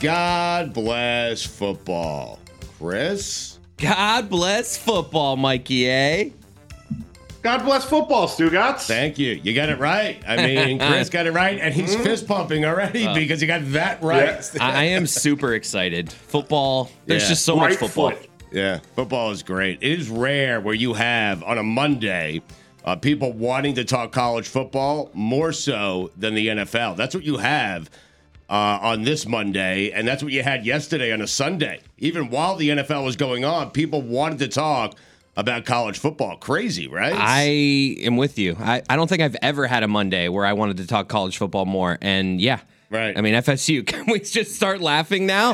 God bless football. Chris? God bless football, Mikey, eh? God bless football, Stugatz. Thank you. You got it right. I mean, Chris got it right, and he's fist pumping already because he got that right. I, I am super excited. Football, there's Yeah. just so much right football. foot. Yeah, football is great. It is rare where you have on a Monday uh, people wanting to talk college football more so than the NFL. That's what you have uh, on this Monday, and that's what you had yesterday on a Sunday. Even while the NFL was going on, people wanted to talk about college football. Crazy, right? I am with you. I, I don't think I've ever had a Monday where I wanted to talk college football more. And yeah. Right. I mean, FSU, can we just start laughing now?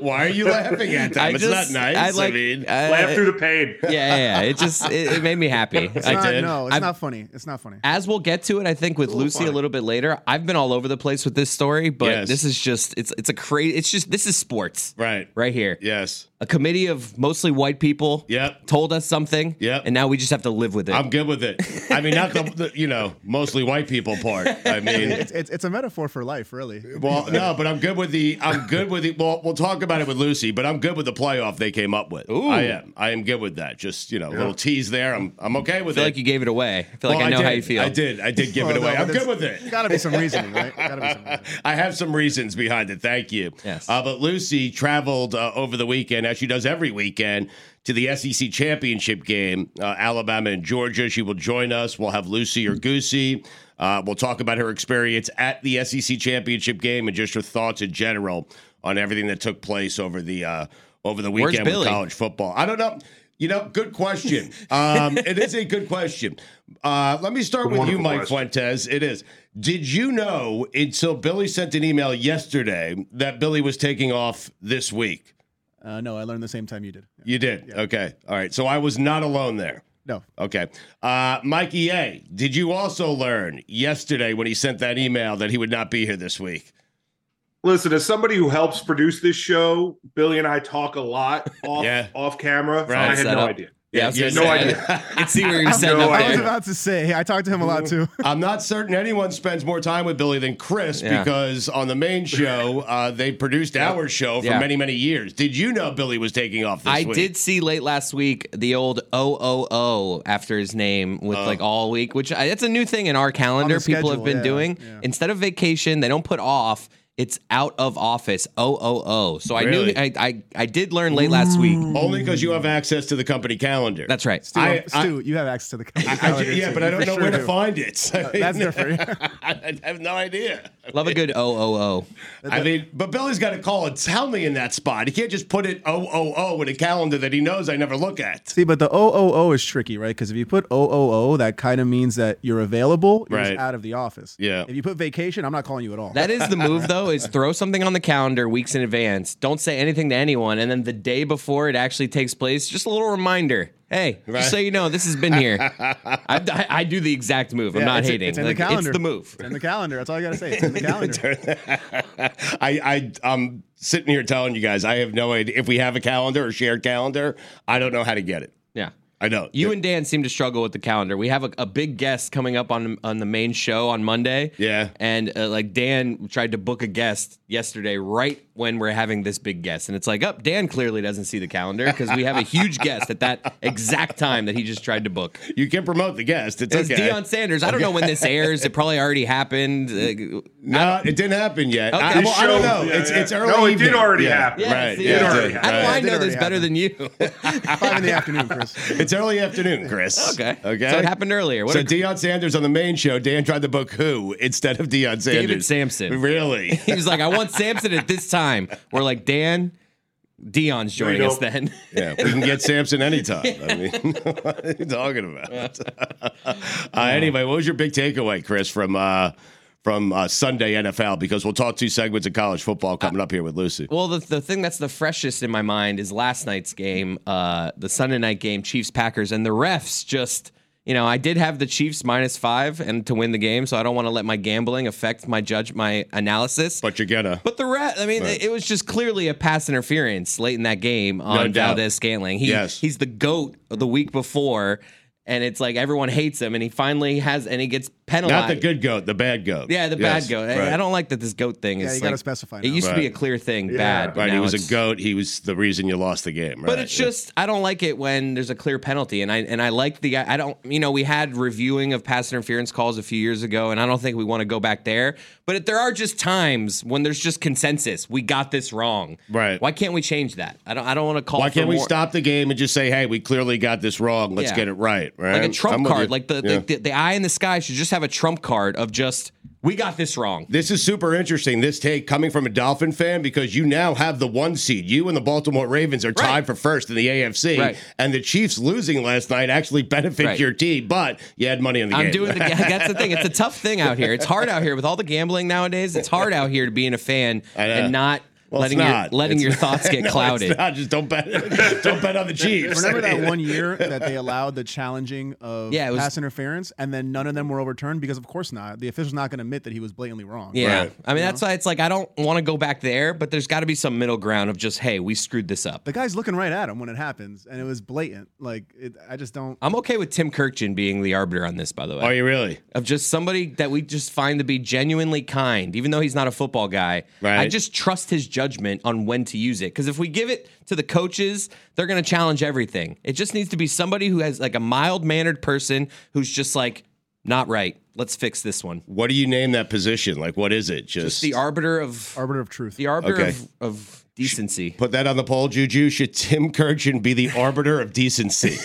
Why are you laughing at I them? It's just- not nice. I I, like- mean, I- Laugh through the pain. yeah, yeah, yeah. It just it, it made me happy. I not, did. Uh, No, it's I've- not funny. It's not funny. As we'll get to it, I think with Lucy a little bit later. I've been all over the place with this story, but Yes. this is just it's it's a crazy. It's just this is sports right. right here. Yes. A committee of mostly white people. Yep. Told us something. Yep. And now we just have to live with it. I'm good with it. I mean, not the, the you know mostly white people part. I mean, It's, it's, it's a metaphor for life, really. well, no, but I'm good with the I'm good with the. Well, we'll talk about it with Lucy, but I'm good with the playoff they came up with. Ooh. I am. I am good with that. Just you know, a little tease there. I'm I'm okay I with feel it. like you gave it away. I feel like Well, I know how did. you feel. I did. I did give Well, it Oh, no, away. I'm but good with it. There's Gotta be some reasoning, right? Gotta be some reasoning. I have some reasons behind it. Thank you. Yes. Uh, but Lucy traveled uh, over the weekend, as she does every weekend, to the SEC championship game, uh, Alabama and Georgia. She will join us. We'll have Lucy or Goosey. Uh, we'll talk about her experience at the SEC championship game and just her thoughts in general on everything that took place over the uh, over the Where's weekend with Billy? college football. I don't know. You know, good question. Um, it is a good question. Uh, let me start with you, Wonderful Mike question. Fuentes. It is. Did you know until Billy sent an email yesterday that Billy was taking off this week? Uh, no, I learned the same time you did. You did. Okay. All right. So I was not alone there. No. Okay. Uh, Mike EA, did you also learn yesterday when he sent that email that he would not be here this week? Listen, as somebody who helps produce this show, Billy and I talk a lot off Yeah. off camera. Right. I had Set no up. idea. Yeah, I was Yeah, gonna no say, idea. I could see where you're setting No Oh, up I was there. about to say, I talked to him a lot too. I'm not certain anyone spends more time with Billy than Chris Yeah. because on the main show, uh, they produced our show for Yeah. many, many years. Did you know Billy was taking off this I week? did see late last week the old OOO after his name with like Oh. all week, which I, that's a new thing in our calendar. People have schedule, been yeah, doing yeah. instead of vacation, they don't put off. It's out of office. O O O. So Really? I knew I, I I did learn late last week. Only because you have access to the company calendar. That's right. Stu, I- Stu you have access to the I- I- calendar. yeah, too. but I don't You know sure where to do. find it. That's different. I have no idea. Love a good O O O. I mean, but Billy's got to call and tell me in that spot. He can't just put it O O O in a calendar that he knows I never look at. See, but the OOO is tricky, right? Because if you put OOO, that kind of means that you're available, you're Right. just out of the office. Yeah. If you put vacation, I'm not calling you at all. That is the move though, is throw something on the calendar weeks in advance. Don't say anything to anyone. And then the day before it actually takes place, just a little reminder. Hey, Right. just so you know, this has been here. I, I, I do the exact move. I'm Yeah, not it's- hating. It's in Like, the calendar. It's the move. It's in the calendar. That's all I gotta say. It's in the calendar. I, I I'm sitting here telling you guys I have no idea if we have a calendar or shared calendar. I don't know how to get it. Yeah. I know You and Dan seem to struggle with the calendar. We have a, a big guest coming up on on the main show on Monday. Yeah. and uh, like Dan tried to book a guest yesterday, right when we're having this big guest, and it's like, up. Dan clearly doesn't see the calendar because we have a huge guest at that exact time that he just tried to book. you can promote the guest. It's It's okay. Deion Sanders. I don't know when this airs. It probably already happened. Uh, no, it didn't happen yet. Okay. I, well, I This don't know. show- yeah, it's yeah. it's early. No, it did evening. already Yeah. happen. yeah, Right. see, Yeah, it it that's- already did. How do I Right. It did know already this better happen. than you? Five in the afternoon, Chris. It's early afternoon, Chris. okay. Okay. So it happened earlier. What so a- Deion Sanders on the main show, Dan tried to book who instead of Deion Sanders? Sampson. Really? he was like, I want Samson at this time. We're like, Dan, Dion's you joining us go. then. yeah, we can get Samson anytime. I mean, what are you talking about? uh, anyway, what was your big takeaway, Chris, from uh, from uh, Sunday NFL? Because we'll talk two segments of college football coming up here with Lucy. Well, the, the thing that's the freshest in my mind is last night's game, uh, the Sunday night game, Chiefs Packers, and the refs just, you know, I did have the Chiefs minus five and to win the game, so I don't want to let my gambling affect my judge, my analysis. But, But you're gonna. the ref, I mean, it was just clearly a pass interference late in that game on doubt. Valdez Scantling. He, Yes. he's the goat of the week before, and it's like everyone hates him, and he finally has, and he gets penalized. Not the good goat, the bad goat. Yeah, the Yes, bad goat. I- right. I don't like that this goat thing Yeah, is. you gotta like- specify It now. used to be a Right. clear thing, bad. But Right, he now was it's- a goat. He was the reason you lost the game. Right? But it's just I don't like it when there's a clear penalty, and I and I like the I don't you know we had reviewing of pass interference calls a few years ago, and I don't think we want to go back there. But if there are just times when there's just consensus, we got this wrong. Right. Why can't we change that? I don't I don't want to call. Why for can't we more- stop the game and just say, "Hey, we clearly got this wrong. Let's Yeah. get it right." Right? Like a I'm trump with you. card, like the, Yeah. the, the the eye in the sky should just have a trump card of just we got this wrong. This is super interesting. This take coming from a Dolphin fan because you now have the one seed. You and the Baltimore Ravens are tied Right. for first in the AFC, Right. and the Chiefs losing last night actually benefited Right. your team. But you had money on the I'm game. doing the, that's the thing. It's a tough thing out here. It's hard out here with all the gambling nowadays. It's hard out here to being a fan I know. and not Well, it's letting not. your letting It's your not. thoughts get No, it's clouded. not. Just don't bet. don't bet on the Chiefs. Remember that one year that they allowed the challenging of Yeah, it was- pass interference, and then none of them were overturned because, of course, not. The official's not going to admit that he was blatantly wrong. Yeah. Right. I mean, that's why it's like I don't want to go back there, but there's got to be some middle ground of just, hey, we screwed this up. The guy's looking right at him when it happens, and it was blatant. Like, it, I just don't. I'm okay with Tim Kirkjian being the arbiter on this, by the way, Are you really? of just somebody that we just find to be genuinely kind, even though he's not a football guy. I Right. just trust his judgment on when to use it. Because if we give it to the coaches, they're going to challenge everything. It just needs to be somebody who has like a mild mannered person who's just like, not right. Let's fix this one. What do you name that position? Like, what is it? Just, The arbiter of Arbiter of truth. the arbiter Okay. of, of decency. Put that on the poll, Juju. Should Tim Kirchin be the arbiter of decency?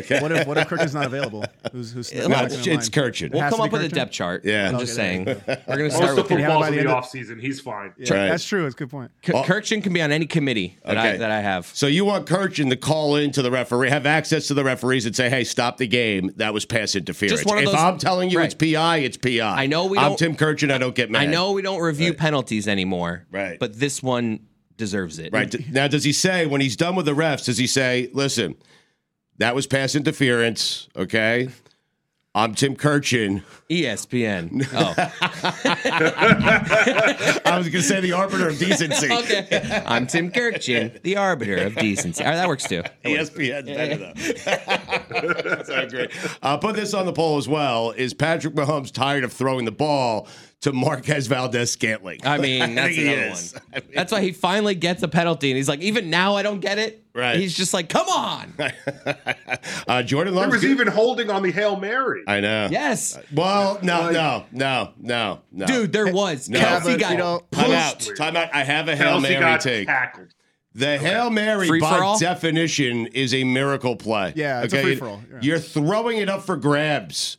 What if what if Kirk is not available? Who's who's No, no, not it's, gonna it's line? Kirchin. We'll has come to up be with a Kirkjian? depth chart. Yeah. I'm just saying. We're gonna Most start of the with football- Kirk- football's by in the the end of offseason. He's fine. Yeah, Right. That's true. It's a good point. Kirkjian can be on any committee that I Okay. that I have. So you want Kirchin to call in to the referee, have access to the referees, and say, "Hey, stop the game. That was pass interference." Just one of if those- I'm telling you it's Right. PI, it's PI. I know we I'm don't- Tim Kirchin. I don't get mad. I know we don't review penalties anymore, Right. But this one deserves it, Right D- now, does he say when he's done with the refs? Does he say, "Listen, that was pass interference"? Okay, I'm Tim Kirchin. E ESPN. Oh, I was gonna say the arbiter of decency. E okay. I'm Tim Kirkjian, the arbiter of decency. All right, that works too. ESPN's better though. so great. Uh, put this on the poll as well. Is Patrick Mahomes tired of throwing the ball to Marquez Valdez Scantling? I mean, that's he another is. one. I mean- that's why he finally gets a penalty, and he's like, even now I don't get it. Right. He's just like, come on. uh, Jordan Love There was even holding on the Hail Mary. I know. Yes, Well, no, no, no, no, Uh, no. dude, there was. No. Kelsey Yeah, but got you know- Time out. Time out. I have a Hail Kelsey Mary got take. tackled. The Hail Mary, Free for by all? definition, is a miracle play. Yeah, it's a free-for-all, yeah. You're throwing it up for grabs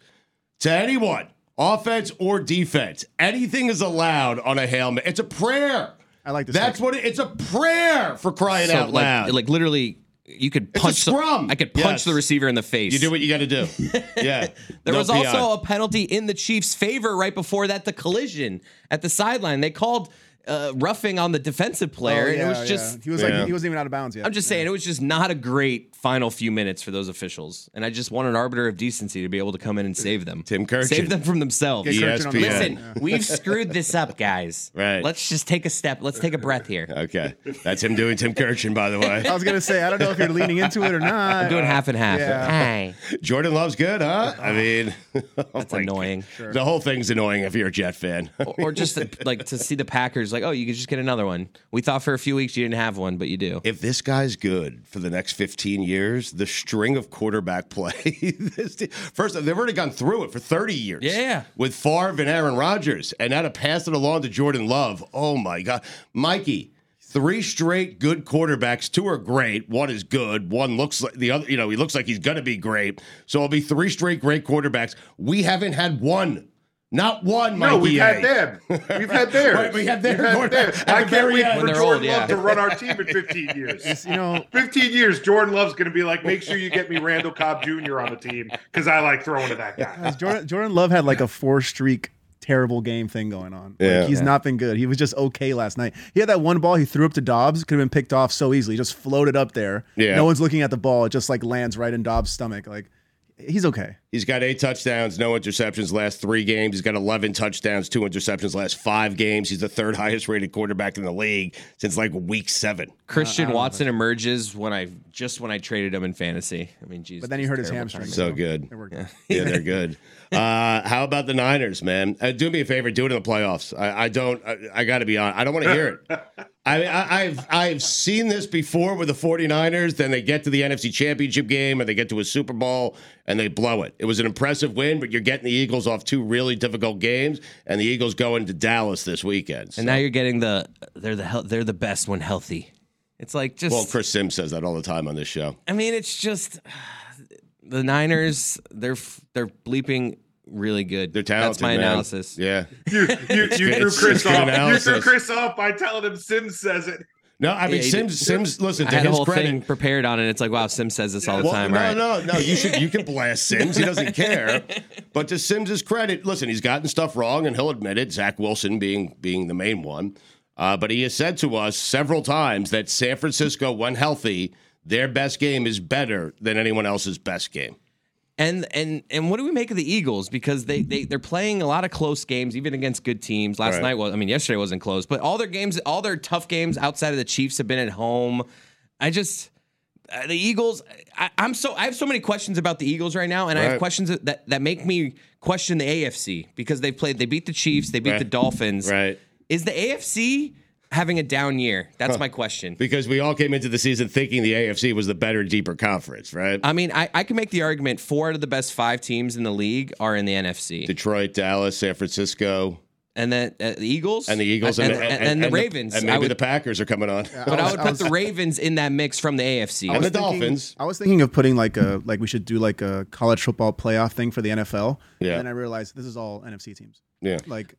to anyone, offense or defense. Anything is allowed on a Hail Mary. It's a prayer. I like this That's section. what it, it's a prayer for crying So, out like, loud. Like literally, you could a punch. some- scrum. I could punch Yes. the receiver in the face. you do what you got to do. Yeah. There No was PI. also a penalty in the Chiefs' favor right before that, the collision at the sideline. They called uh, roughing on the defensive player, and it was just. Oh, he was Yeah. like he wasn't even out of bounds yet. I'm just saying, it was just not a great final few minutes for those officials, and I just want an arbiter of decency to be able to come in and save them. Tim Kirchin. save them from themselves. Get ESPN. Kirkton on the phone. Listen, we've screwed this up, guys. Right. Let's just take a step. Let's take a breath here. Okay. That's him doing Tim Kirchin, by the way. I was gonna say I don't know if you're leaning into it or not. I'm doing half and half. Yeah. Hey, Jordan Love's good, huh? I mean, oh that's my annoying. God. The whole thing's annoying if you're a Jet fan. or, or just to, like to see the Packers like, oh, you could just get another one. We thought for a few weeks you didn't have one, but you do. if this guy's good for the next 15 years, the string of quarterback play. this te- first, they've already gone through it for 30 years. Yeah. With Favre and Aaron Rodgers, and now to pass it along to Jordan Love. Oh my God, Mikey. Three straight good quarterbacks. Two are great. One is good. One looks like the other. You know, he looks like he's gonna be great. So it'll be three straight great quarterbacks. We haven't had one, not one. No, Mikey we've A. had them. We've had theirs. Right, we had theirs. We've had theirs. At the I can't very wait end. for When they're Jordan old, yeah. Love to run our team in 15 years. You know, 15 years, Jordan Love's going to be like, make sure you get me Randall Cobb Jr. on the team because I like throwing to that guy. guys, Jordan, Jordan Love had like a four streak terrible game thing going on. Like, Yeah. he's not been good. He was just okay last night. He had that one ball he threw up to Dobbs, could have been picked off so easily, just floated up there. Yeah. No one's looking at the ball. It just like lands right in Dobbs' stomach. Like he's okay. He's got eight touchdowns, no interceptions last three games. He's got 11 touchdowns, two interceptions last five games. He's the third highest rated quarterback in the league since like week seven. Christian Watson emerges when I just when I traded him in fantasy. I mean, Jesus. But then he hurt his hamstring. So good. It worked. Yeah, they're good. Uh, how about the Niners, man? Uh, do me a favor, do it in the playoffs. I, I don't, I, I got to be honest, I don't want to hear it. I, I, I've I've seen this before with the 49ers. Then they get to the NFC Championship game and they get to a Super Bowl and they blow it. It was an impressive win, but you're getting the Eagles off two really difficult games, and the Eagles go into Dallas this weekend. And So- now you're getting the they're the hel- they're the best when healthy. It's like just. well, Chris Sims says that all the time on this show. I mean, it's just the Niners. They're f- they're bleeping really good. They're talented. That's my man. analysis. Yeah. You, you, you good- threw it's- it's Chris good off. You analysis. threw Chris off by telling him Sims says it. No, I mean Yeah, he Sims. did. Sims, listen I to had a his whole credit. thing prepared on it. It's like, wow, Sim says this all the Well, time, no, right? no, no. You should you can blast Sims. He doesn't care. But to Sims's credit, listen, he's gotten stuff wrong, and he'll admit it. Zach Wilson being being the main one, uh, but he has said to us several times that San Francisco, when healthy, their best game is better than anyone else's best game. And and and what do we make of the Eagles? Because they they they're playing a lot of close games, even against good teams. Last Right. night was, I mean, yesterday wasn't close, but all their games, all their tough games outside of the Chiefs have been at home. I just uh, the Eagles. I, I'm so I have so many questions about the Eagles right now, and I Right. have questions that that make me question the AFC because they played, they beat the Chiefs, they beat Right. the Dolphins. Right. Is the AFC having a down year? That's my question. Because we all came into the season thinking the AFC was the better, deeper conference, right? I mean, I, I can make the argument four out of the best five teams in the league are in the NFC. Detroit, Dallas, San Francisco, and then uh, the Eagles and the Eagles, and, and- and the Ravens. and I maybe would, the Packers are coming on. but I would put the Ravens in that mix from the AFC. And the was thinking- Dolphins. I was thinking of putting like a like we should do like a college football playoff thing for the NFL. Yeah. And then I realized this is all NFC teams. Yeah, Like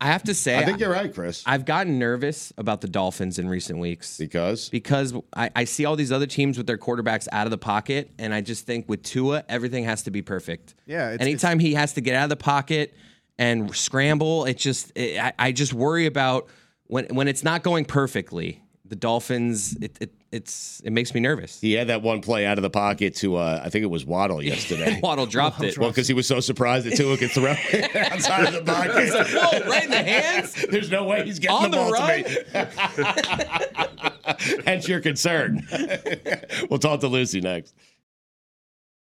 I have to say, I think you're right, Chris. I've gotten nervous about the Dolphins in recent weeks Because because I, I see all these other teams with their quarterbacks out of the pocket, and I just think with Tua, everything has to be perfect. Yeah, it's- Anytime he has to get out of the pocket and scramble, it just it, I, I just worry about when when it's not going perfectly. The Dolphins, it, it it's it makes me nervous. He had that one play out of the pocket to uh, I think it was Waddle yesterday. Waddle dropped it. Well, because he was so surprised that Tua could throw it outside of the He's like, pocket. whoa, right in the hands? There's no way he's getting On the the ball to me. Hence your concern. we'll talk to Lucy next.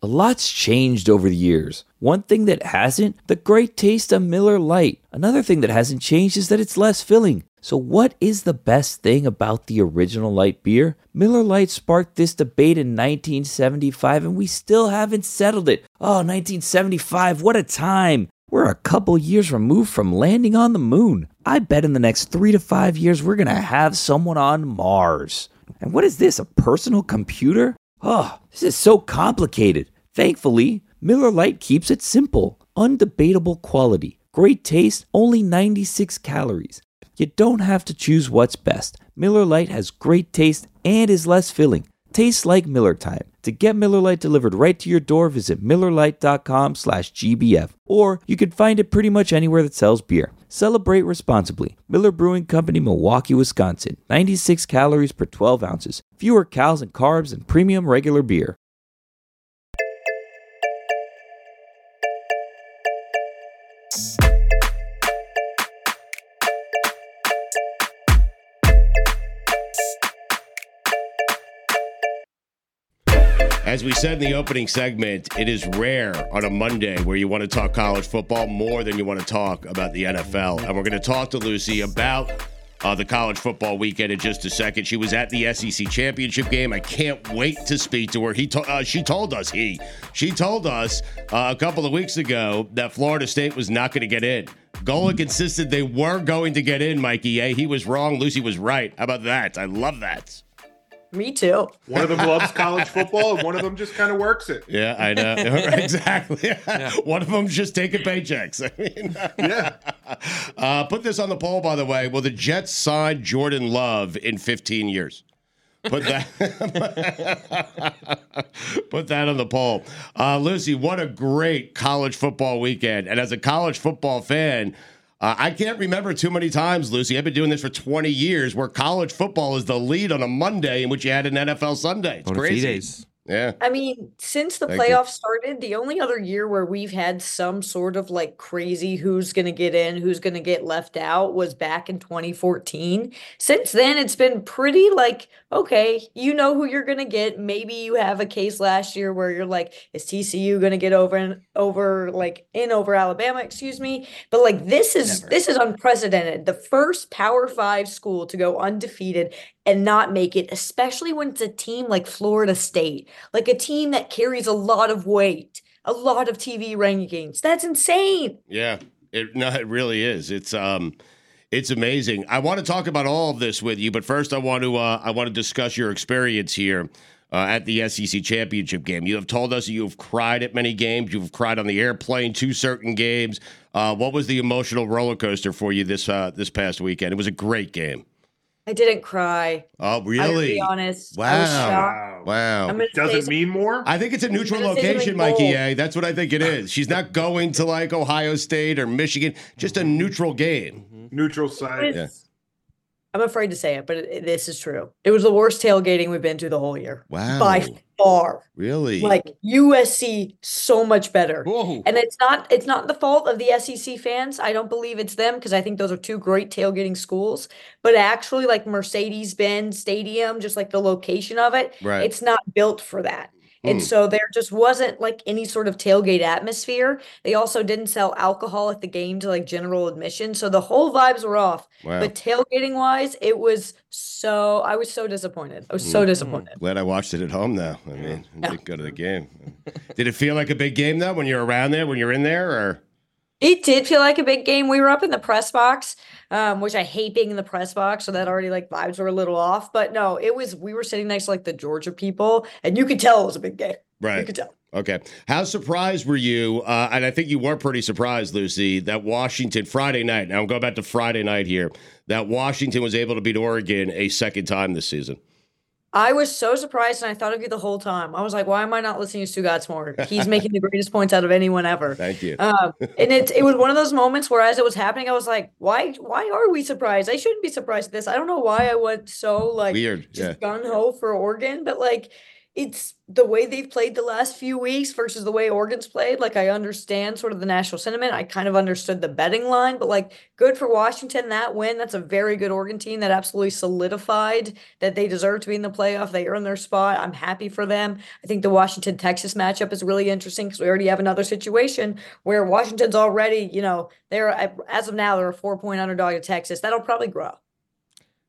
A lot's changed over the years. One thing that hasn't, the great taste of Miller Lite. Another thing that hasn't changed is that it's less filling. So, what is the best thing about the original light beer? Miller Lite sparked this debate in 1975, and we still haven't settled it. Oh, 1975, what a time! We're a couple years removed from landing on the moon. I bet in the next three to five years, we're gonna have someone on Mars. And what is this, a personal computer? Oh, this is so complicated. Thankfully, Miller Lite keeps it simple, undebatable quality, great taste, only 96 calories. You don't have to choose what's best. Miller Lite has great taste and is less filling. Tastes like Miller time. To get Miller Lite delivered right to your door, visit MillerLite.com slash GBF. Or you can find it pretty much anywhere that sells beer. Celebrate responsibly. Miller Brewing Company, Milwaukee, Wisconsin. 96 calories per 12 ounces. Fewer calories and carbs than premium regular beer. As we said in the opening segment, it is rare on a Monday where you want to talk college football more than you want to talk about the NFL. And we're going to talk to Lucy about uh, the college football weekend in just a second. She was at the SEC championship game. I can't wait to speak to her. He, to- uh, she told us he, she told us uh, a couple of weeks ago that Florida State was not going to get in. Golick insisted they were going to get in. Mikey, eh? He was wrong. Lucy was right. How about that? I love that. Me too. One of them loves college football, and one of them just kind of works it. Yeah, I know. exactly. One of them's just taking paychecks. I mean, Yeah. uh, put this on the poll, by the way. Will the Jets sign Jordan Love in 15 years? Put that, put that on the poll. Uh, Lucy, what a great college football weekend. And as a college football fan, uh, I can't remember too many times, Lucy. I've been doing this for 20 years where college football is the lead on a Monday in which you had an NFL Sunday. It's Bona crazy. fides. Yeah. I mean, since the Thank you. playoffs started, the only other year where we've had some sort of like crazy who's going to get in, who's going to get left out was back in 2014. Since then, it's been pretty like, okay, you know who you're going to get. Maybe you have a case last year where you're like, is TCU going to get over and over, like in over Alabama, excuse me. But like this is this is unprecedented. The first Power Five school to go undefeated and not make it, especially when it's a team like Florida State like a team that carries a lot of weight, a lot of TV rankings. That's insane. Yeah, it no, it really is. It's um, it's amazing. I want to talk about all of this with you, but first, I want to uh, I want to discuss your experience here uh, at the SEC championship game. You have told us that you have cried at many games. You've cried on the airplane to certain games. Uh, what was the emotional roller coaster for you this uh, this past weekend? It was a great game. I didn't cry. Oh, I gotta really? be honest. I was shocked. Wow! Wow! I'm gonna say Does it some- mean more? I think it's a neutral gonna say something location, Mikey. bold. A. That's what I think it is. She's not going to like Ohio State or Michigan. Just a neutral game. Neutral side. it's- I'm afraid to say it, but it, this is true. It was the worst tailgating we've been to the whole year Wow! by far. Really? Like USC, so much better. Whoa. And it's not it's not the fault of the SEC fans. I don't believe it's them because I think those are two great tailgating schools. But actually, like Mercedes Benz Stadium, just like the location of it, Right. it's not built for that. And Hmm. so there just wasn't like any sort of tailgate atmosphere. They also didn't sell alcohol at the game to like general admission. So the whole vibes were off. wow. But tailgating wise, it was so I was so disappointed. I was so disappointed. Hmm. Glad I watched it at home though. I mean, I Yeah. didn't go to the game. Did it feel like a big game though when you're around there, when you're in there, or It did feel like a big game. We were up in the press box, um, which I hate being in the press box, so that already like vibes were a little off. But no, it was we were sitting next to like the Georgia people, and you could tell it was a big game. You right? could tell. Okay. How surprised were you? Uh, and I think you were pretty surprised, Lucy, that Washington Friday night. Now I'm going back to Friday night here. That Washington was able to beat Oregon a second time this season. I was so surprised, and I thought of you the whole time. I was like, why am I not listening to Stu Godsmore? He's making the greatest points out of anyone ever. Thank you. Um, and it it was one of those moments where as it was happening, I was like, why why are we surprised? I shouldn't be surprised at this. I don't know why I went so like Weird. Yeah. just gun ho for Oregon, but like it's the way they've played the last few weeks versus the way Oregon's played. Like I understand sort of the national sentiment. I kind of understood the betting line, but like good for Washington that win. That's a very good Oregon team that absolutely solidified that they deserve to be in the playoff. They earned their spot. I'm happy for them. I think the Washington Texas matchup is really interesting because we already have another situation where Washington's already, you know, they're as of now they're a four point underdog to Texas. That'll probably grow.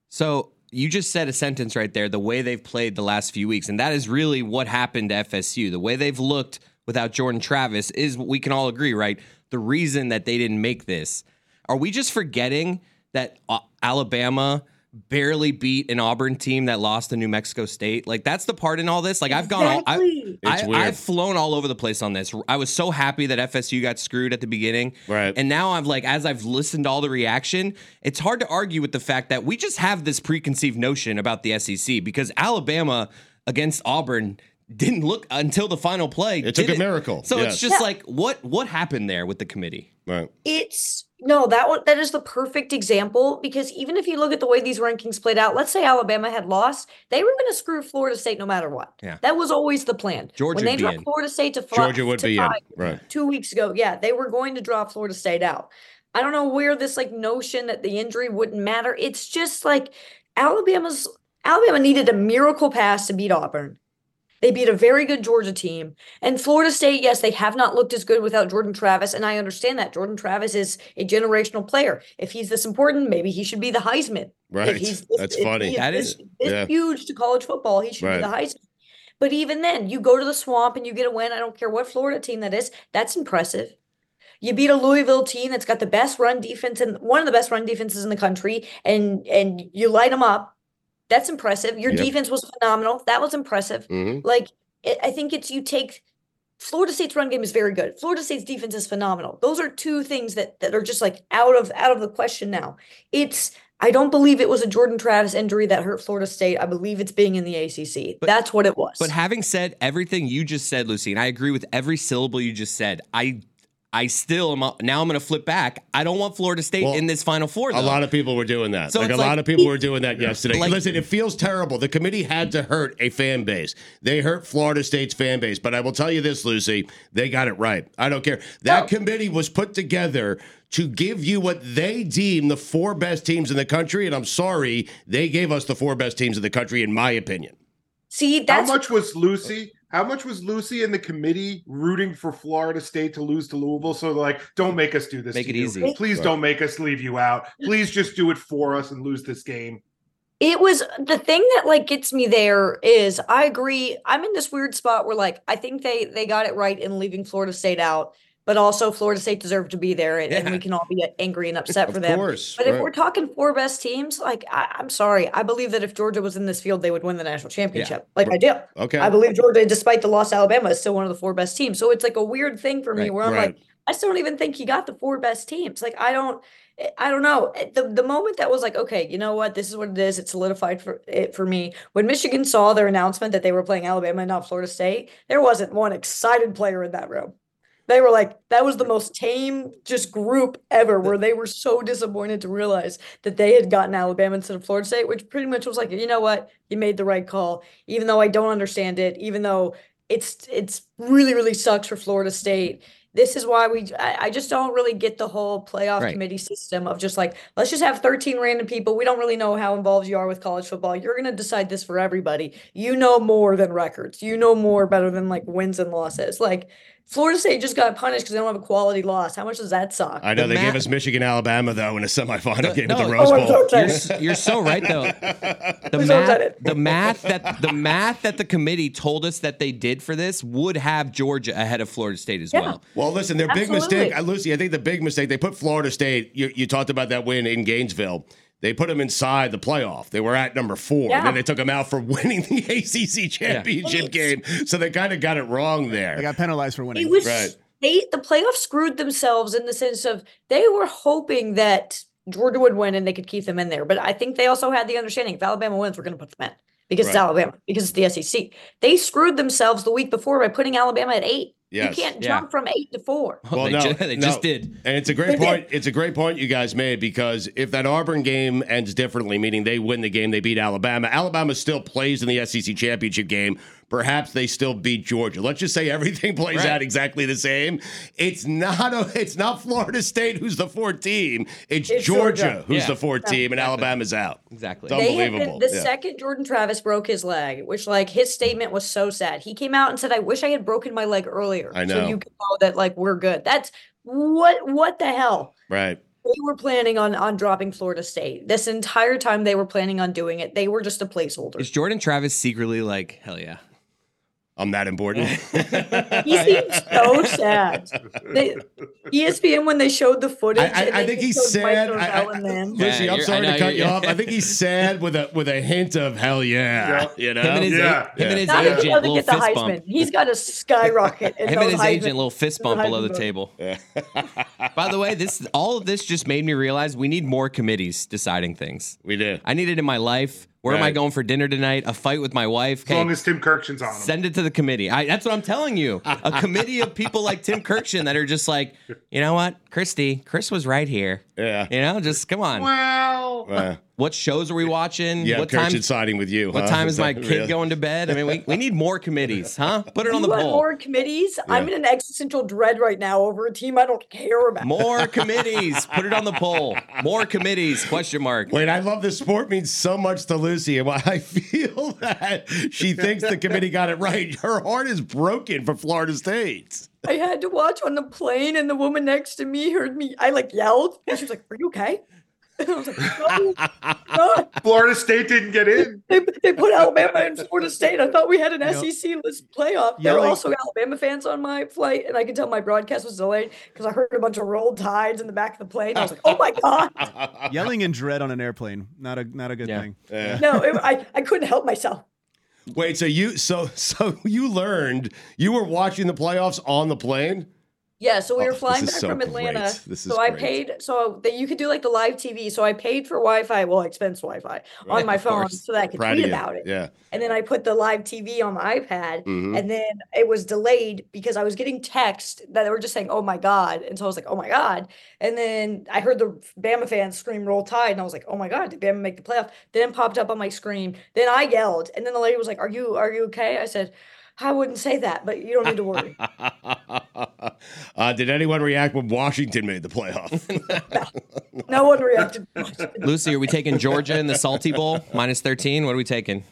So you just said a sentence right there the way they've played the last few weeks and that is really what happened to FSU the way they've looked without Jordan Travis is we can all agree right the reason that they didn't make this are we just forgetting that uh, Alabama barely beat an Auburn team that lost to New Mexico State like that's the part in all this like I've gone all, Exactly. It's I, weird. I, I've flown all over the place on this I was so happy that FSU got screwed at the beginning Right. and now I'm like, as I've listened to all the reaction, it's hard to argue with the fact that we just have this preconceived notion about the SEC because Alabama against Auburn didn't look until the final play. It took did a miracle, So yes. it's just Yeah. like, what what happened there with the committee? Right. It's no, that one that is the perfect example because even if you look at the way these rankings played out, let's say Alabama had lost, they were going to screw Florida State no matter what. Yeah. That was always the plan. when Georgia they would be dropped in. Florida State to fly, Georgia would to be in. five Right. two weeks ago, yeah, they were going to drop Florida State out. I don't know where this like notion that the injury wouldn't matter. It's just like Alabama's Alabama needed a miracle pass to beat Auburn. They beat a very good Georgia team. And Florida State, yes, they have not looked as good without Jordan Travis. And I understand that. Jordan Travis is a generational player. If he's this important, maybe he should be the Heisman. Right. If he's this- That's if funny. he is That this, is- this yeah. huge to college football. He should Right. be the Heisman. But even then, you go to the swamp and you get a win. I don't care what Florida team that is. That's impressive. You beat a Louisville team that's got the best run defense and one of the best run defenses in the country, and and you light them up. That's impressive. Your Yep. defense was phenomenal. That was impressive. hmm Like it, I think it's you take Florida State's run game is very good. Florida State's defense is phenomenal. Those are two things that that are just like out of out of the question now. It's I don't believe it was a Jordan Travis injury that hurt Florida State. I believe it's being in the ACC. But- That's what it was. But having said everything you just said, Lucy, and I agree with every syllable you just said, I I still am now I'm gonna flip back. I don't want Florida State Well, in this final four though. A lot of people were doing that. So like a it's lot like- of people were doing that yesterday. Like- Listen, it feels terrible. The committee had to hurt a fan base. They hurt Florida State's fan base. But I will tell you this, Lucy, they got it right. I don't care. Oh. That committee was put together to give you what they deem the four best teams in the country. And I'm sorry, they gave us the four best teams in the country, in my opinion. See, that's How much was Lucy? How much was Lucy and the committee rooting for Florida State to lose to Louisville? So they're like, don't make us do this. Make to it you. easy. Please Right. don't make us leave you out. Please just do it for us and lose this game. It was the thing that like gets me there is I agree. I'm in this weird spot where like I think they they got it right in leaving Florida State out, but also Florida State deserved to be there, and, and we Yeah. can all be angry and upset for Of them. course. But if right. we're talking four best teams, like I, I'm sorry, I believe that if Georgia was in this field, they would win the national championship. Like I do. okay. I believe Georgia, despite the loss to Alabama, is still one of the four best teams. So it's like a weird thing for me Right, where I'm right. like, I still don't even think he got the four best teams. Like I don't, I- I don't know. At The the moment that was like, okay, you know what? This is what it is. It solidified for it for me. When Michigan saw their announcement that they were playing Alabama and not Florida State, there wasn't one excited player in that room. They were like, that was the most tame just group ever, where they were so disappointed to realize that they had gotten Alabama instead of Florida State, which pretty much was like, you know what, you made the right call, even though I don't understand it, even though it's it's really really sucks for Florida State. This is why we I, I just don't really get the whole playoff Right. committee system of just like let's just have 13 random people. We don't really know how involved you are with college football. You're going to decide this for everybody. You know more than records. You know more better than like wins and losses. Like Florida State just got punished because they don't have a quality loss. How much does that suck? I know Uh, the they gave ma- us Michigan, Alabama, though, in a semifinal game at no, the oh, Rose I'm Bowl. so You're, s- you're so right though. The Please don't math, set it. the math that the math that the committee told us that they did for this would have Georgia ahead of Florida State as Yeah. well. Well, listen, their big Absolutely. mistake, uh, Lucy. I think the big mistake they put Florida State. You, you talked about that win in Gainesville. They put them inside the playoff. They were at number four, and then Yeah. they took them out for winning the ACC championship game. So they kind of got it wrong there. They got penalized for winning. It was Right. they the playoffs screwed themselves in the sense of they were hoping that Georgia would win and they could keep them in there. But I think they also had the understanding if Alabama wins, we're gonna put them in because it's Right. Alabama, because it's the SEC. They screwed themselves the week before by putting Alabama at eight. Yes. You can't Yeah. jump from eight to four. Well, Oh, they, no, ju- they no. just did. And it's a They great did. point. It's a great point you guys made because if that Auburn game ends differently, meaning they win the game, they beat Alabama. Alabama still plays in the SEC E championship game, Perhaps they still beat Georgia. Let's just say everything plays Right. out exactly the same. It's not a, it's not Florida State who's the four team. It's, It's Georgia, Georgia. who's Yeah. the four team, and Alabama's out. Exactly. It's They have unbelievable. been, the Yeah. second Jordan Travis broke his leg, which like his statement was so sad. He came out and said, "I wish I had broken my leg earlier." I So know. you can know that like we're good. That's what what the hell? Right. They were planning on on dropping Florida State. This entire time they were planning on doing it. They were just a placeholder. Is Jordan Travis secretly like, hell yeah? I'm that important. He seems so sad. They, ESPN when they showed the footage, I- and I they think just he's showed Mike sad. I- Norvell I- and them. Yeah, Lucy, I'm you're- I sorry know, to cut you you're- off. I think he's sad with a with a hint of hell yeah. You know. Him and his, Yeah. him and his Not if he agent, doesn't little get the fist Heisman. bump. He's got to skyrocket. in Him and those his Heisman. agent, little fist bump below the table. By the way, this all of this just made me realize we need more committees deciding things. we do. I need it in my life. Where am I Right. going for dinner tonight? A fight with my wife. As long Okay, as Tim Kirkshan's on them. send it to the committee. I, that's what I'm telling you. A committee of people like Tim Kirchin that are just like, you know what, Christy, Chris was right here. Yeah. You know, just come on. Well, Uh, What shows are we watching? yeah. what Kirch time? is siding with you. What huh? time is my that kid really- going to bed? I mean, we, we need more committees, huh? Put it on you the want poll. more committees? I'm in an existential dread right now over a team I don't care about. More committees. Put it on the poll. More committees. Question mark. Wait, I love this sport means so much to Lucy, and while I feel that she thinks the committee got it right, her heart is broken for Florida State. I had to watch on the plane, and the woman next to me heard me. I like yelled. And she was like, "Are you okay?" And I was like, "No, no." Florida State didn't get in. They, they put Alabama and Florida State. I thought we had an SEC list playoff. There were yelling- also Alabama fans on my flight, and I could tell my broadcast was delayed because I heard a bunch of roll tides in the back of the plane. I was like, "Oh my god!" Yelling in dread on an airplane, not a not a good Yeah. thing. No, it, I I couldn't help myself. Wait, so you so so you learned you were watching the playoffs on the plane? Yeah, so we Oh, were this flying is back so from Atlanta. great. This is so I great. paid so that you could do like the live TV. So I paid for Wi-Fi, well, expense Wi-Fi on my of phone course. so that I could Proud of read you. about it. Yeah. And then I put the live TV on the iPad, Mhm. and then it was delayed because I was getting text that they were just saying, "Oh my god!" And so I was like, "Oh my god!" And then I heard the Bama fans scream "Roll Tide," and I was like, "Oh my god, did Bama make the playoff?" Then it popped up on my screen. Then I yelled, and then the lady was like, "Are you are you okay?" I said, "I wouldn't say that, but you don't need to worry." uh, did anyone react when Washington made the playoff? No one reacted. Lucy, are we taking Georgia in the salty bowl? Minus 13? What are we taking?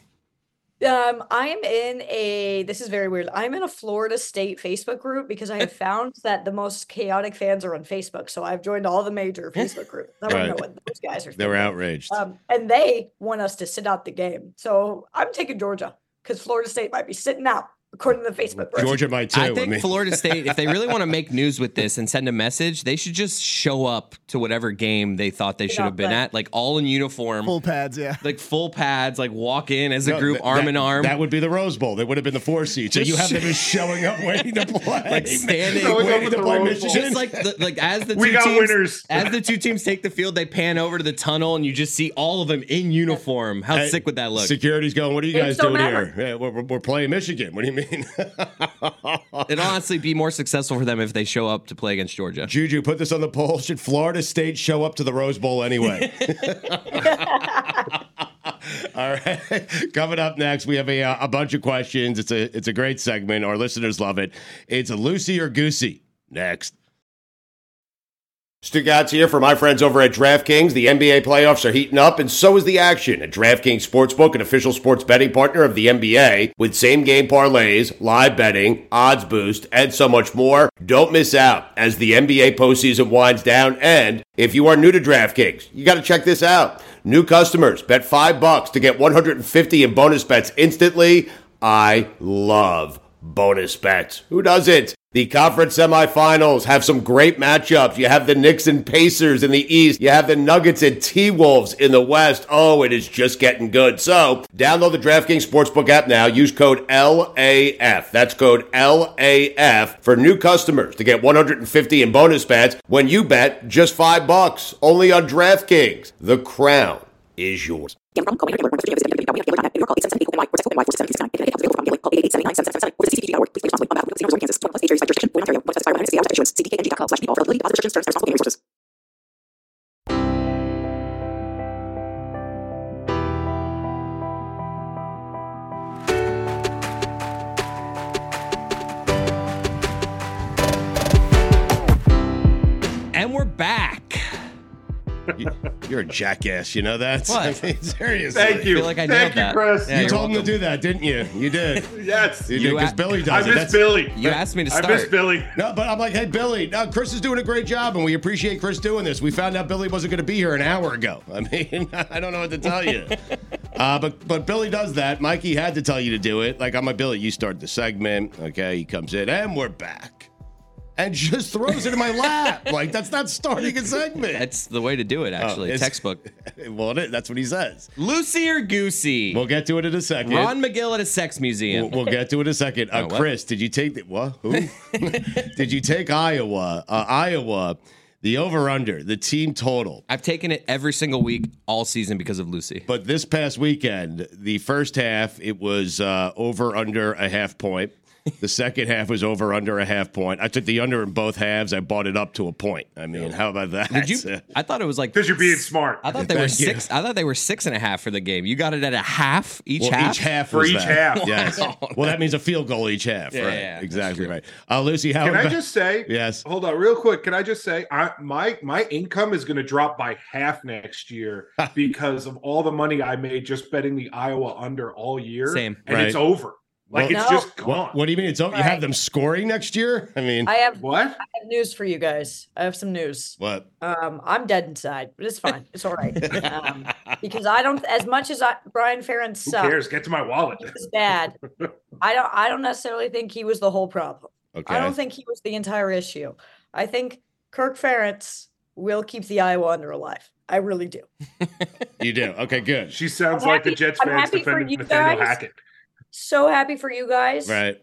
Um, I'm in a this is very weird. I'm in a Florida State Facebook group because I have found that the most chaotic fans are on Facebook. So I've joined all the major Facebook groups. I don't know Right. what those guys are they were thinking. outraged. Um, and they want us to sit out the game. So I'm taking Georgia because Florida State might be sitting out according to the Facebook group. Georgia might too. I think mean- Florida State, if they really want to make news with this and send a message, they should just show up to whatever game they thought they should have been at, like all in uniform, Full pads, yeah. like full pads, like walk in as a No, group, th- arm that- in arm. That would be the Rose Bowl. That would have been the four seed. So Just you have sh- them just showing up waiting to play. Like standing- Showing up waiting at to the play Rose Bowl. Michigan. just like the, like as the We two got teams, winners. as the two teams take the field, they pan over to the tunnel and you just see all of them in uniform. How Hey, sick would that look? Security's going, what are you It guys don't doing matter. here? Yeah, we're, we're- we're playing Michigan. What do you mean? It'll honestly be more successful for them if they show up to play against Georgia. Juju, put this on the poll. Should Florida State show up to the Rose Bowl anyway? All right. Coming up next, we have a, uh, a bunch of questions. It's a it's a great segment. Our listeners love it. It's a Lucy or Goosey next. Stu Gatz here for my friends over at DraftKings. The NBA playoffs are heating up, and so is the action at DraftKings Sportsbook, an official sports betting partner of the NBA, with same game parlays, live betting, odds boost, and so much more. Don't miss out as the NBA postseason winds down. And if you are new to DraftKings, you got to check this out. New customers bet five bucks to get 150 in bonus bets instantly. I love bonus bets. Who doesn't? The conference semifinals have some great matchups. You have the Knicks and Pacers in the East. You have the Nuggets and T Wolves in the West. Oh, it is just getting good. So download the DraftKings Sportsbook app now. Use code LAF. That's code LAF for new customers to get 150 in bonus bets when you bet just five bucks only on DraftKings. The crown is yours. And we're back. You're a jackass. You know that? What? I mean, seriously. Thank you. feel like I Thank you, nailed that. Chris. Yeah, You you're told him to do that, didn't you? You did. Yes. You, You did because a- Billy I does it. miss That's- Billy. You asked me to I miss start. Billy. No, but I'm like, hey, Billy, no, Chris is doing a great job, and we appreciate Chris doing this. We found out Billy wasn't going to be here an hour ago. I mean, I don't know what to tell you. uh, but but Billy does that. Mikey had to tell you to do it. Like, I'm like, Billy, you start the segment. Okay, he comes in, and we're back. And just throws it in my lap. Like, that's not starting a segment. That's the way to do it, actually. Oh, it's- Textbook. well, it is. that's what he says. Lucy or Goosey? We'll get to it in a second. Ron McGill at a sex museum. We'll, we'll get to it in a second. Uh, Oh, what? Chris, did you take the, what? Who? did you take Iowa? Uh, Iowa, the over under, the team total. I've taken it every single week all season because of Lucy. But this past weekend, the first half it was uh, over under a half point. The second half was over under a half point. I took the under in both halves. I bought it up to a point. I mean, how about that? Did you? I thought it was like Because you're being smart. I thought they were Thank you. six. I thought they were six and a half for the game. You got it at a half each Well, half. Oh, each half For was each that. half. Yes. Well, that means a field goal each half. Yeah, right. yeah, that's exactly right. Uh, Lucy, how Can I about- just say? Yes. Hold on, real quick. Can I just say, I, my my income is going to drop by half next year because of all the money I made just betting the Iowa under all year. Same. and it's Right. over. Like Well- it's No. just gone. What, what do you mean? It's over? You have Right. them scoring next year? I mean, I have, I What? have news for you guys. I have some news. what? Um, I'm dead inside, but it's fine. It's all right. Um, because I don't, as much as I, Brian Ferentz Who sucks, cares? Get to my wallet. he was bad. I don't, I don't necessarily think he was the whole problem. Okay. I don't think he was the entire issue. I think Kirk Ferentz will keep the Iowa under alive. I really do. you do. Okay, good. She sounds I'm like the happy- Jets I'm fans happy for defending you Nathaniel guys. Hackett. So happy for you guys. Right.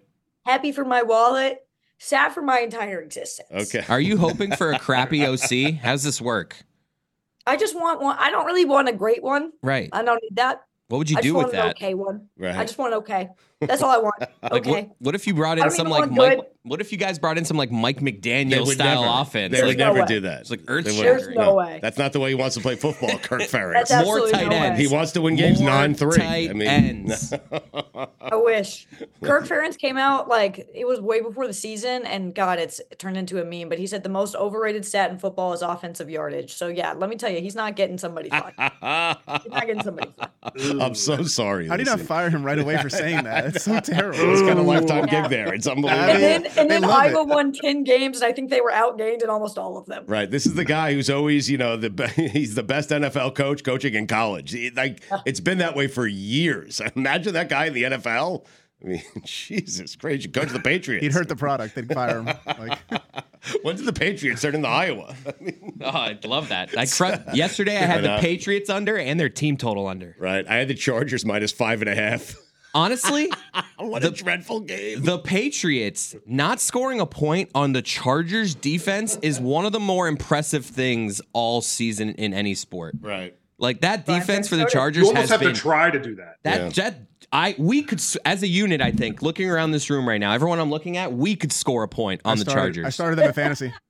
Happy for my wallet. Sad for my entire existence. Okay. Are you hoping for a crappy OC? How's this work? I just want one. I don't really want a great one. Right. I don't need that. What would you I just do with want an that? okay one. I Right. just want okay. That's all I want. Like okay. what, what if you brought I in don't some even like want Mike? good. What if you guys brought in some like Mike They McDaniel would style never- offense? They There's Like, would no never way. do that. It's like They wouldn't. earth-shattering. There's no way. That's not the way he wants to play football, Kirk That's Ferentz. absolutely more tight no ends. way. He wants to win games More nine three. tight I mean, ends. I wish. Kirk Ferentz came out like it was way before the season, and God, it's turned into a meme. But he said the most overrated stat in football is offensive yardage. So yeah, let me tell you, he's not getting somebody fun. he's not getting somebody fun. I'm so sorry. How do you not Lucy. fire him right away for saying that? It's so terrible. It's It's got a kinda like- lifetime Yeah. gig there. It's I And unbelievable. then mean, and they then oh love Iowa it. won ten games, and I think they were outgained in almost all of them. Right. This is the guy who's always, you know, the be- he's the best NFL coach coaching in college. He- Like it's been that way for years. Imagine that guy in the NFL. I mean, Jesus Christ, you coach the Patriots. He'd hurt the product. They'd fire him. Like, When did the Patriots turn into Iowa? oh, I love that. I cru- yesterday I had the Enough. Patriots under and their team total under. right. I had the Chargers minus five and a half. Honestly, What a dreadful game. the Patriots not scoring a point on the Chargers defense is one of the more impressive things all season in any sport. right. Like that Brian defense for the Minnesota. Chargers You almost has have been to try to do that. that Yeah. that I we could s- as a unit I think looking around this room right now everyone I'm looking at we could score a point on I the started- Chargers. I started them in fantasy.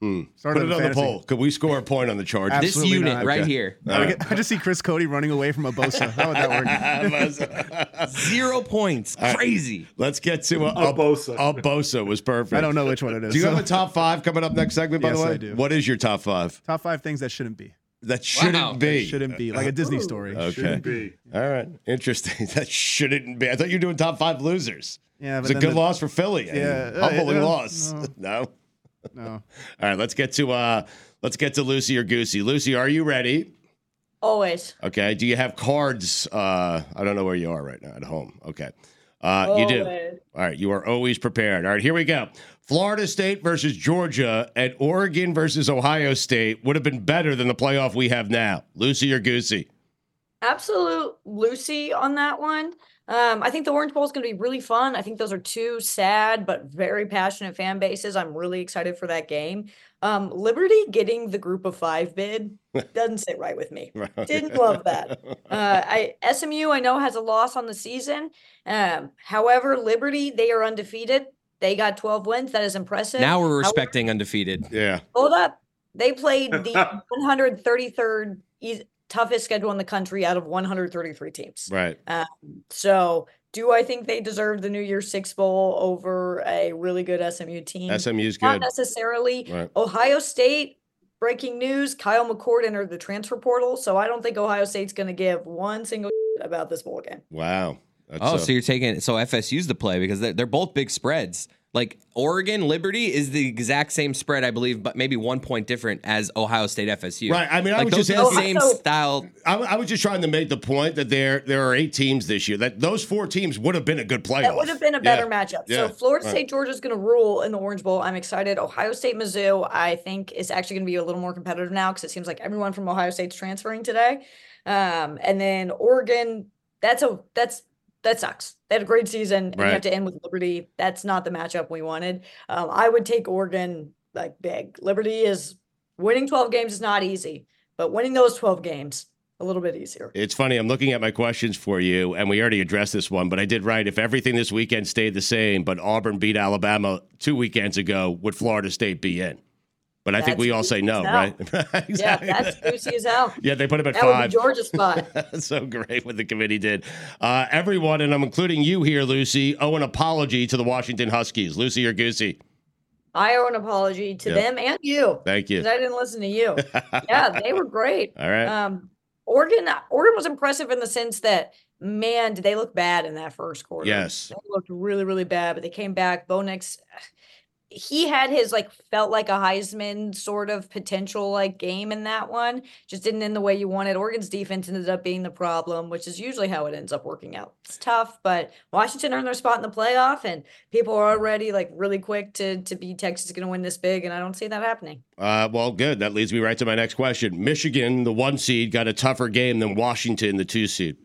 Hmm. Put Started it with on the fantasy. poll. Could we score a point on the Chargers? Absolutely. this unit not. right Okay. here. I, get- I just see Chris Cody running away from a Bosa. How would that work? Zero points. Crazy. Let's get to a, A Bosa. A Bosa was perfect. I don't know which one it is. Do you So- have a top five coming up next segment? By Yes, the way, I do. what is your top five? top five things that shouldn't be? That shouldn't Wow. be. Shouldn't be like a Disney story. Okay. Shouldn't be. Be. All right, interesting. That shouldn't be. I thought you were doing top five losers. Yeah, it was but a then good the- loss for Philly. Yeah, Yeah, uh, humbling uh, loss. no. no. No. All right, let's get to uh, let's get to Lucy or Goosey. Lucy, are you ready? Always. Okay. Do you have cards? Uh, I don't know where you are right now at home. Okay. Uh, you do. Always. All right. You are always prepared. All right. Here we go. Florida State versus Georgia and Oregon versus Ohio State would have been better than the playoff we have now. Lucy or Goosey? absolute Lucy on that one. Um, I think the Orange Bowl is going to be really fun. I think those are two sad but very passionate fan bases. I'm really excited for that game. Um, Liberty getting the group of five bid doesn't sit right with me. Didn't love that. Uh, I SMU I know has a loss on the season. Um, however, Liberty they are undefeated. They got 12 wins. That is impressive. Now we're However, respecting undefeated. Yeah. Hold up. They played the 133rd eas- toughest schedule in the country out of 133 teams. Right. Um, So, do I think they deserve the New Year's Six Bowl over a really good SMU team? SMU's Not good. necessarily. Right. Ohio State breaking news Kyle McCord entered the transfer portal. So I don't think Ohio State's going to give one single about this bowl game. Wow. That's oh, a- so you're taking so FSU's the play because they're, they're both big spreads. Like Oregon Liberty is the exact same spread, I believe, but maybe one point different as Ohio State FSU. Right, I mean, I like was those just are the asking- same Oh, I know. style. I, I was just trying to make the point that there there are eight teams this year. That those four teams would have been a good playoff. That would have been a better Yeah. matchup. Yeah. So Florida Right. State, Georgia's going to rule in the Orange Bowl. I'm excited. Ohio State, Mizzou, I think is actually going to be a little more competitive now because it seems like everyone from Ohio State's transferring today. Um, and then Oregon, that's a that's that sucks. They had a great season. And Right. You have to end with Liberty. That's not the matchup we wanted. Um, I would take Oregon like big. Liberty is winning 12 games is not easy, but winning those 12 games a little bit easier. It's funny. I'm looking at my questions for you, and we already addressed this one, but I did write if everything this weekend stayed the same, but Auburn beat Alabama two weekends ago, would Florida State be in? But I think That's we all say goofy no, as hell. right? Yeah, Exactly. that's juicy as hell. Yeah, they put him at That would be five. Georgia's spot. so great what the committee did. Uh, everyone, and I'm including you here, Lucy, owe an apology to the Washington Huskies. Lucy or Goosey? I owe an apology to Yeah. them and you Thank you. because I didn't listen to you. yeah, they were great. All right. Um, Oregon, Oregon was impressive in the sense that man, did they look bad in that first quarter? yes. they looked really, really bad, but they came back. Bo Nix, he had his like felt like a Heisman sort of potential like game in that one, just didn't end the way you wanted. Oregon's defense ended up being the problem, which is usually how it ends up working out. It's tough, but Washington earned their spot in the playoff, and people are already like really quick to to be Texas is going to win this big, and I don't see that happening. Uh, well, good. That leads me right to my next question. Michigan, the one seed, got a tougher game than Washington, the two seed.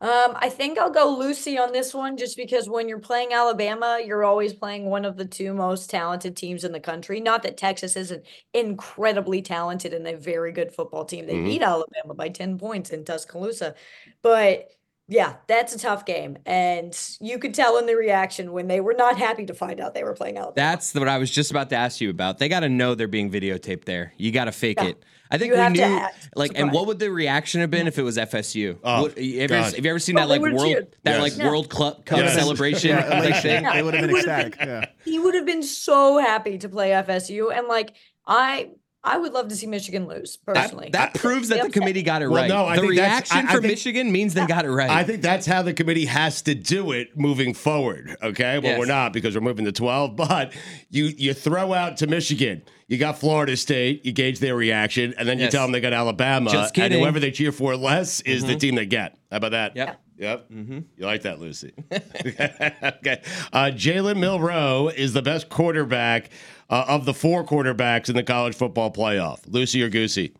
Um, I think I'll go Lucy on this one just because when you're playing Alabama, you're always playing one of the two most talented teams in the country. Not that Texas isn't incredibly talented and a very good football team. They Mhm. beat Alabama by 10 points in Tuscaloosa. But yeah, that's a tough game. And you could tell in the reaction when they were not happy to find out they were playing Alabama. That's what I was just about to ask you about. They got to know they're being videotaped there. You got to fake Yeah. it. I think You we have to knew. act Like, and surprised. what would the reaction have been if it was FSU? Oh, What- have, you ever, God. have you ever seen Well, that they like would've world cheered. that Yes. like Yeah. World Club Cup Yes. celebration Yeah, like elation. thing? Yeah, They would have it been would've been- ecstatic. Yeah. he would have been so happy to play FSU. And like I I would love to see Michigan lose personally. That, that proves that the committee got it Well, right. no, I the think that's- reaction I- I from think- Michigan means they got it right. I think that's how the committee has to do it moving forward. Okay. Well, Yes. we're not because we're moving to 12, but you you throw out to Michigan, you got Florida State, you gauge their reaction, and then you Yes. tell them they got Alabama. Just and kidding. Mm-hmm. whoever they cheer for less is the team they get. How about that? Yep. Mm-hmm. Yep. You like that, Lucy. okay. Uh, Jalen Milroe is the best quarterback uh, of the four quarterbacks in the college football playoff. Lucy or Goosey?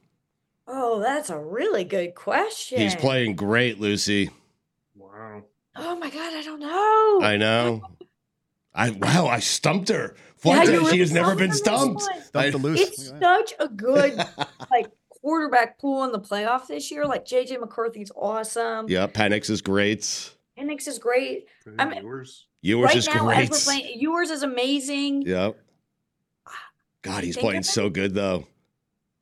Oh, that's a really good question. He's playing great, Lucy. Wow. Oh my god, I don't know. I know. I wow, I stumped her. Yeah, Fortunately, you she really has never stumped been her this stumped. one. I- Dump the loose. It's such a good like quarterback pool in the playoff this year. Like JJ McCarthy's awesome. yeah, Penix is great. Penix is great. I mean, yours. Yours right is now, as great. we're playing, yours is amazing. yeah. God, he's Think playing of it. so good though.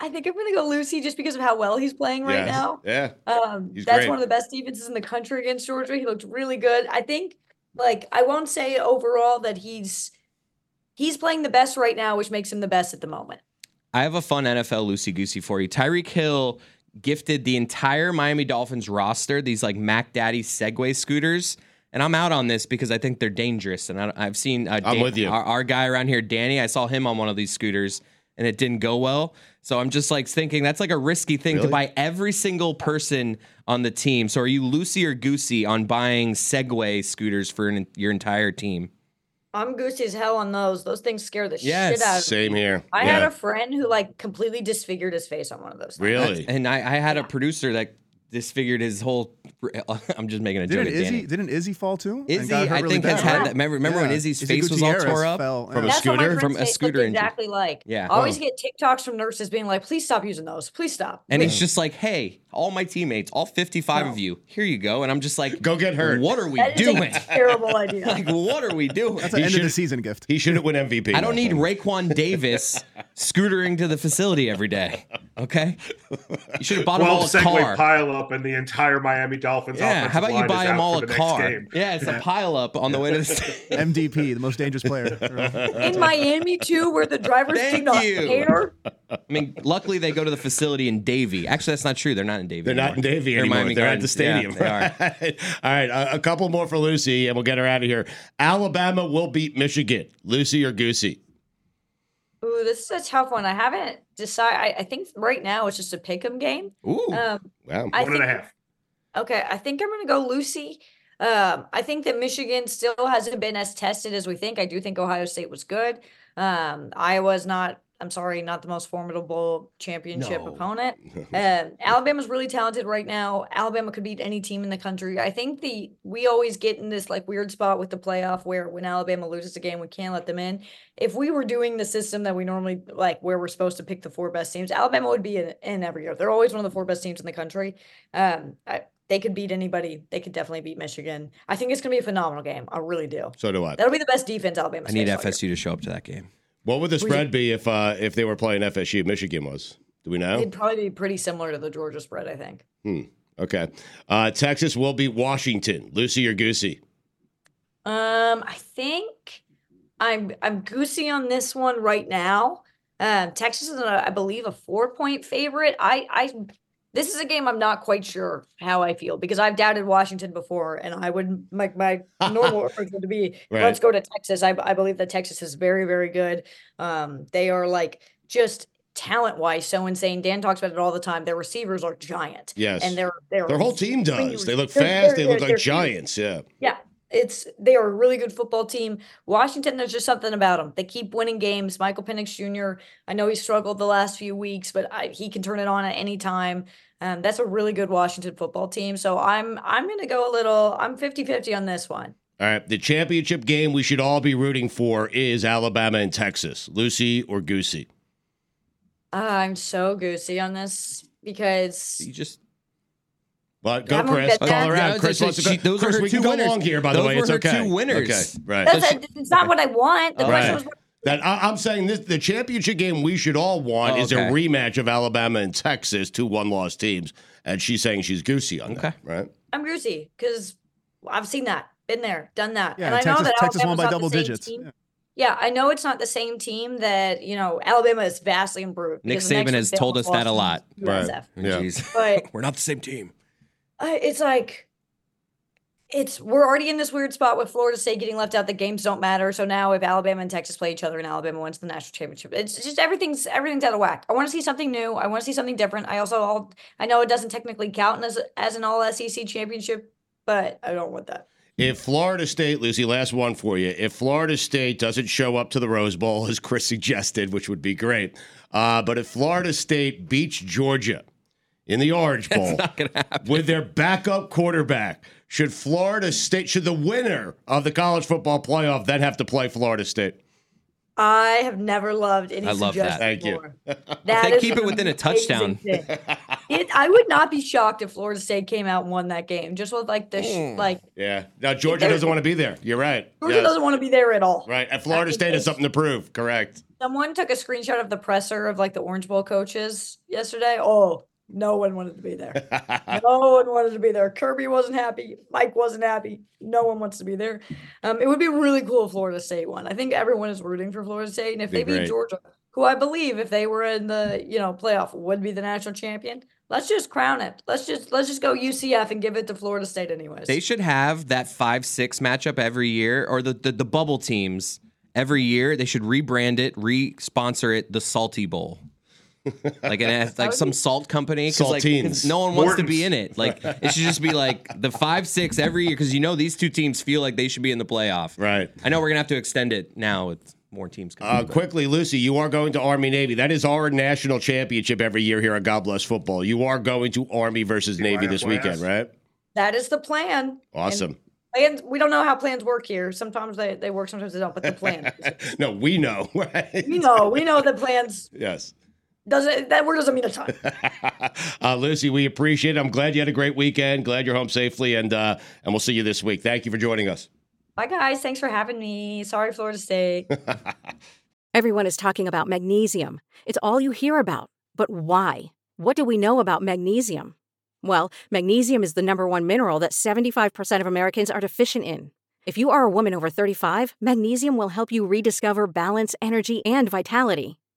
I think I'm gonna go Lucy just because of how well he's playing right yeah. now. Yeah. Um, He's that's great. one of the best defenses in the country against Georgia. He looked really good. I think, like, I won't say overall that he's he's playing the best right now, which makes him the best at the moment. I have a fun NFL loosey goosey for you. Tyreek Hill gifted the entire Miami Dolphins roster these like Mac Daddy Segway scooters. And I'm out on this because I think they're dangerous. And I, I've seen uh, I'm with you. Our, our guy around here, Danny, I saw him on one of these scooters and it didn't go well. So I'm just like thinking that's like a risky thing Really? to buy every single person on the team. So are you loosey or goosey on buying Segway scooters for an, your entire team? I'm goosey as hell on those. Those things scare the shit out Yes, of me. Same here. I yeah. had a friend who like completely disfigured his face on one of those. things. really. And I, I had a producer that disfigured his whole. I'm just making a Didn't joke. at Danny. Izzy? Didn't Izzy fall too? and Izzy, got hurt I really think, bad, has had right? that- remember- remember when Izzy's face was all Gutierrez tore up? Fell, From a yeah. That's what my scooter? friend's From a face looked scooter injury. exactly like. Yeah. I always get TikToks from nurses being like, "Please stop using those. Please stop." And it's just like, hey, all my teammates, all 55 of you, here you go. And I'm just like, Go get hurt. What are we That is a doing? terrible idea. like, what are we doing? That's an end of the should've- season gift. He shouldn't win MVP. I don't need my friend. Raquan Davis scootering to the facility every day. Okay, you should have bought them all Twelve a Segway car. pile up and the entire Miami Dolphins. yeah, how offensive about line you buy is them out all for the a next car? game. Yeah, it's a pile up on the way to the stadium. MDP, the most dangerous player. In Miami too, where the drivers do Thank not you. care. I mean, luckily they go to the facility in Davie. Actually, that's not true. They're not in Davie. They're not in anymore. Davie They're anymore. Miami They're at the Gardens. stadium. Yeah, they are. All right, a, a couple more for Lucy, and we'll get her out of here. Alabama will beat Michigan. Lucy or Goosey? Ooh, this is a tough one. I haven't decided. I, I think right now it's just a pick'em game. Ooh, Um, wow. I One and a think- half. Okay, I think I'm going to go Lucy. Um, I think that Michigan still hasn't been as tested as we think. I do think Ohio State was good. Um, Iowa's not, I'm sorry, not the most formidable championship No. opponent. Um, Alabama's really talented right now. Alabama could beat any team in the country. I think the we always get in this like weird spot with the playoff where when Alabama loses a game, we can't let them in. If we were doing the system that we normally like, where we're supposed to pick the four best teams, Alabama would be in, in every year. They're always one of the four best teams in the country. Um, I, they could beat anybody. They could definitely beat Michigan. I think it's going to be a phenomenal game. I really do. So do I. That'll be the best defense Alabama. I need FSU to show up to that game. What would the spread be if uh, if they were playing FSU? Michigan was. Do we know? It'd probably be pretty similar to the Georgia spread. I think. Okay. Uh, Texas will beat Washington. Lucy or Goosey? Um, I think I'm I'm goosey on this one right now. Um, Texas is, a, I believe, a four point favorite. I I this is a game I'm not quite sure how I feel because I've doubted Washington before, and I would my my normal approach would be Right. let's go to Texas. I I believe that Texas is very very good. Um, they are like just talent wise so insane. Dan talks about it all the time. Their receivers are giant. Yes. And they're they're Their whole team does. They look They're- fast. They they're- look they're- like they're huge. giants. Yeah. Yeah, it's they are a really good football team. Washington, there's just something about them. They keep winning games. Michael Penix Jr. I know he struggled the last few weeks, but I, he can turn it on at any time. Um, that's a really good Washington football team. So I'm I'm gonna go a little. I'm 50-50 on this one. All right. The championship game we should all be rooting for is Alabama and Texas. Lucy or Goosey? I'm so goosey on this because You just Well, go, I'm gonna Chris. bet Call her that. out. Chris wants to go. Those are Chris, her we can two go winners. long here, by the Those way. were It's her okay. two winners. Okay. Right. that's a, it's not what I want. The All question was right. what That I, I'm saying this, the championship game we should all want Oh, is a okay. rematch of Alabama and Texas, two one-loss teams, and she's saying she's goosey on that, Okay. right? I'm goosey because I've seen that, been there, done that, Yeah, and I know Texas- that Texas won Alabama's by not the double same digits. team. Yeah. Yeah, I know it's not the same team that you know Alabama is vastly improved. Nick because the next Saban week has they told almost us that a lost to lot. Right. USF. Yeah. Jeez. But we're not the same team. I, it's like it's we're already in this weird spot with Florida State getting left out. The games don't matter. So now if Alabama and Texas play each other and Alabama wins the national championship, it's just everything's everything's out of whack. I want to see something new. I want to see something different. I also all I know it doesn't technically count as as an all SEC championship, but I don't want that. If Florida State, Lucy, last one for you. If Florida State doesn't show up to the Rose Bowl, as Chris suggested, which would be great, uh, but if Florida State beats Georgia in the Orange Bowl Not gonna happen. with their backup quarterback, should Florida State, should the winner of the college football playoff then have to play Florida State? I have never loved any I love suggestion that. Thank you. more. If That they is keep it an within a amazing touchdown. thing. It, I would not be shocked if Florida State came out and won that game. Just with like the sh- like Yeah. Now, Georgia They're- doesn't want to be there. You're right. Georgia Yes. doesn't want to be there at all. Right. And Florida think State has they- something to prove. Correct. Someone took a screenshot of the presser of like the Orange Bowl coaches yesterday. Oh, no one wanted to be there. no one wanted to be there. Kirby wasn't happy. Mike wasn't happy. No one wants to be there. Um, it would be really cool if Florida State won. I think everyone is rooting for Florida State, and if Be they great. beat Georgia, who I believe if they were in the you know playoff would be the national champion. Let's just crown it. Let's just let's just go UCF and give it to Florida State anyways. They should have that five six matchup every year, or the, the the bubble teams every year. They should rebrand it, re-sponsor it, the Salty Bowl. Like an like some salt company, 'cause, like, 'cause Saltines. no one wants to Mortons. be in it. Like it should just be like the five six every year, because you know these two teams feel like they should be in the playoff. Right. I know we're gonna have to extend it now with more teams coming. Uh, but- quickly, Lucy, you are going to Army Navy. That is our national championship every year here on God Bless Football. You are going to Army versus Navy this weekend, right? that is the plan. and Awesome. Plans, we don't know how plans work here. Sometimes they, they work, sometimes they don't, but the plan. is- No, we know, right? we know, we know that plans Yes. doesn't that word doesn't mean a ton. uh, Lucy, we appreciate it. I'm glad you had a great weekend. Glad you're home safely, and uh, and we'll see you this week. Thank you for joining us. Bye guys, thanks for having me. Sorry, Florida State. Everyone is talking about magnesium. It's all you hear about. But why? What do we know about magnesium? Well, magnesium is the number one mineral that 75% of Americans are deficient in. If you are a woman over 35, magnesium will help you rediscover balance, energy, and vitality.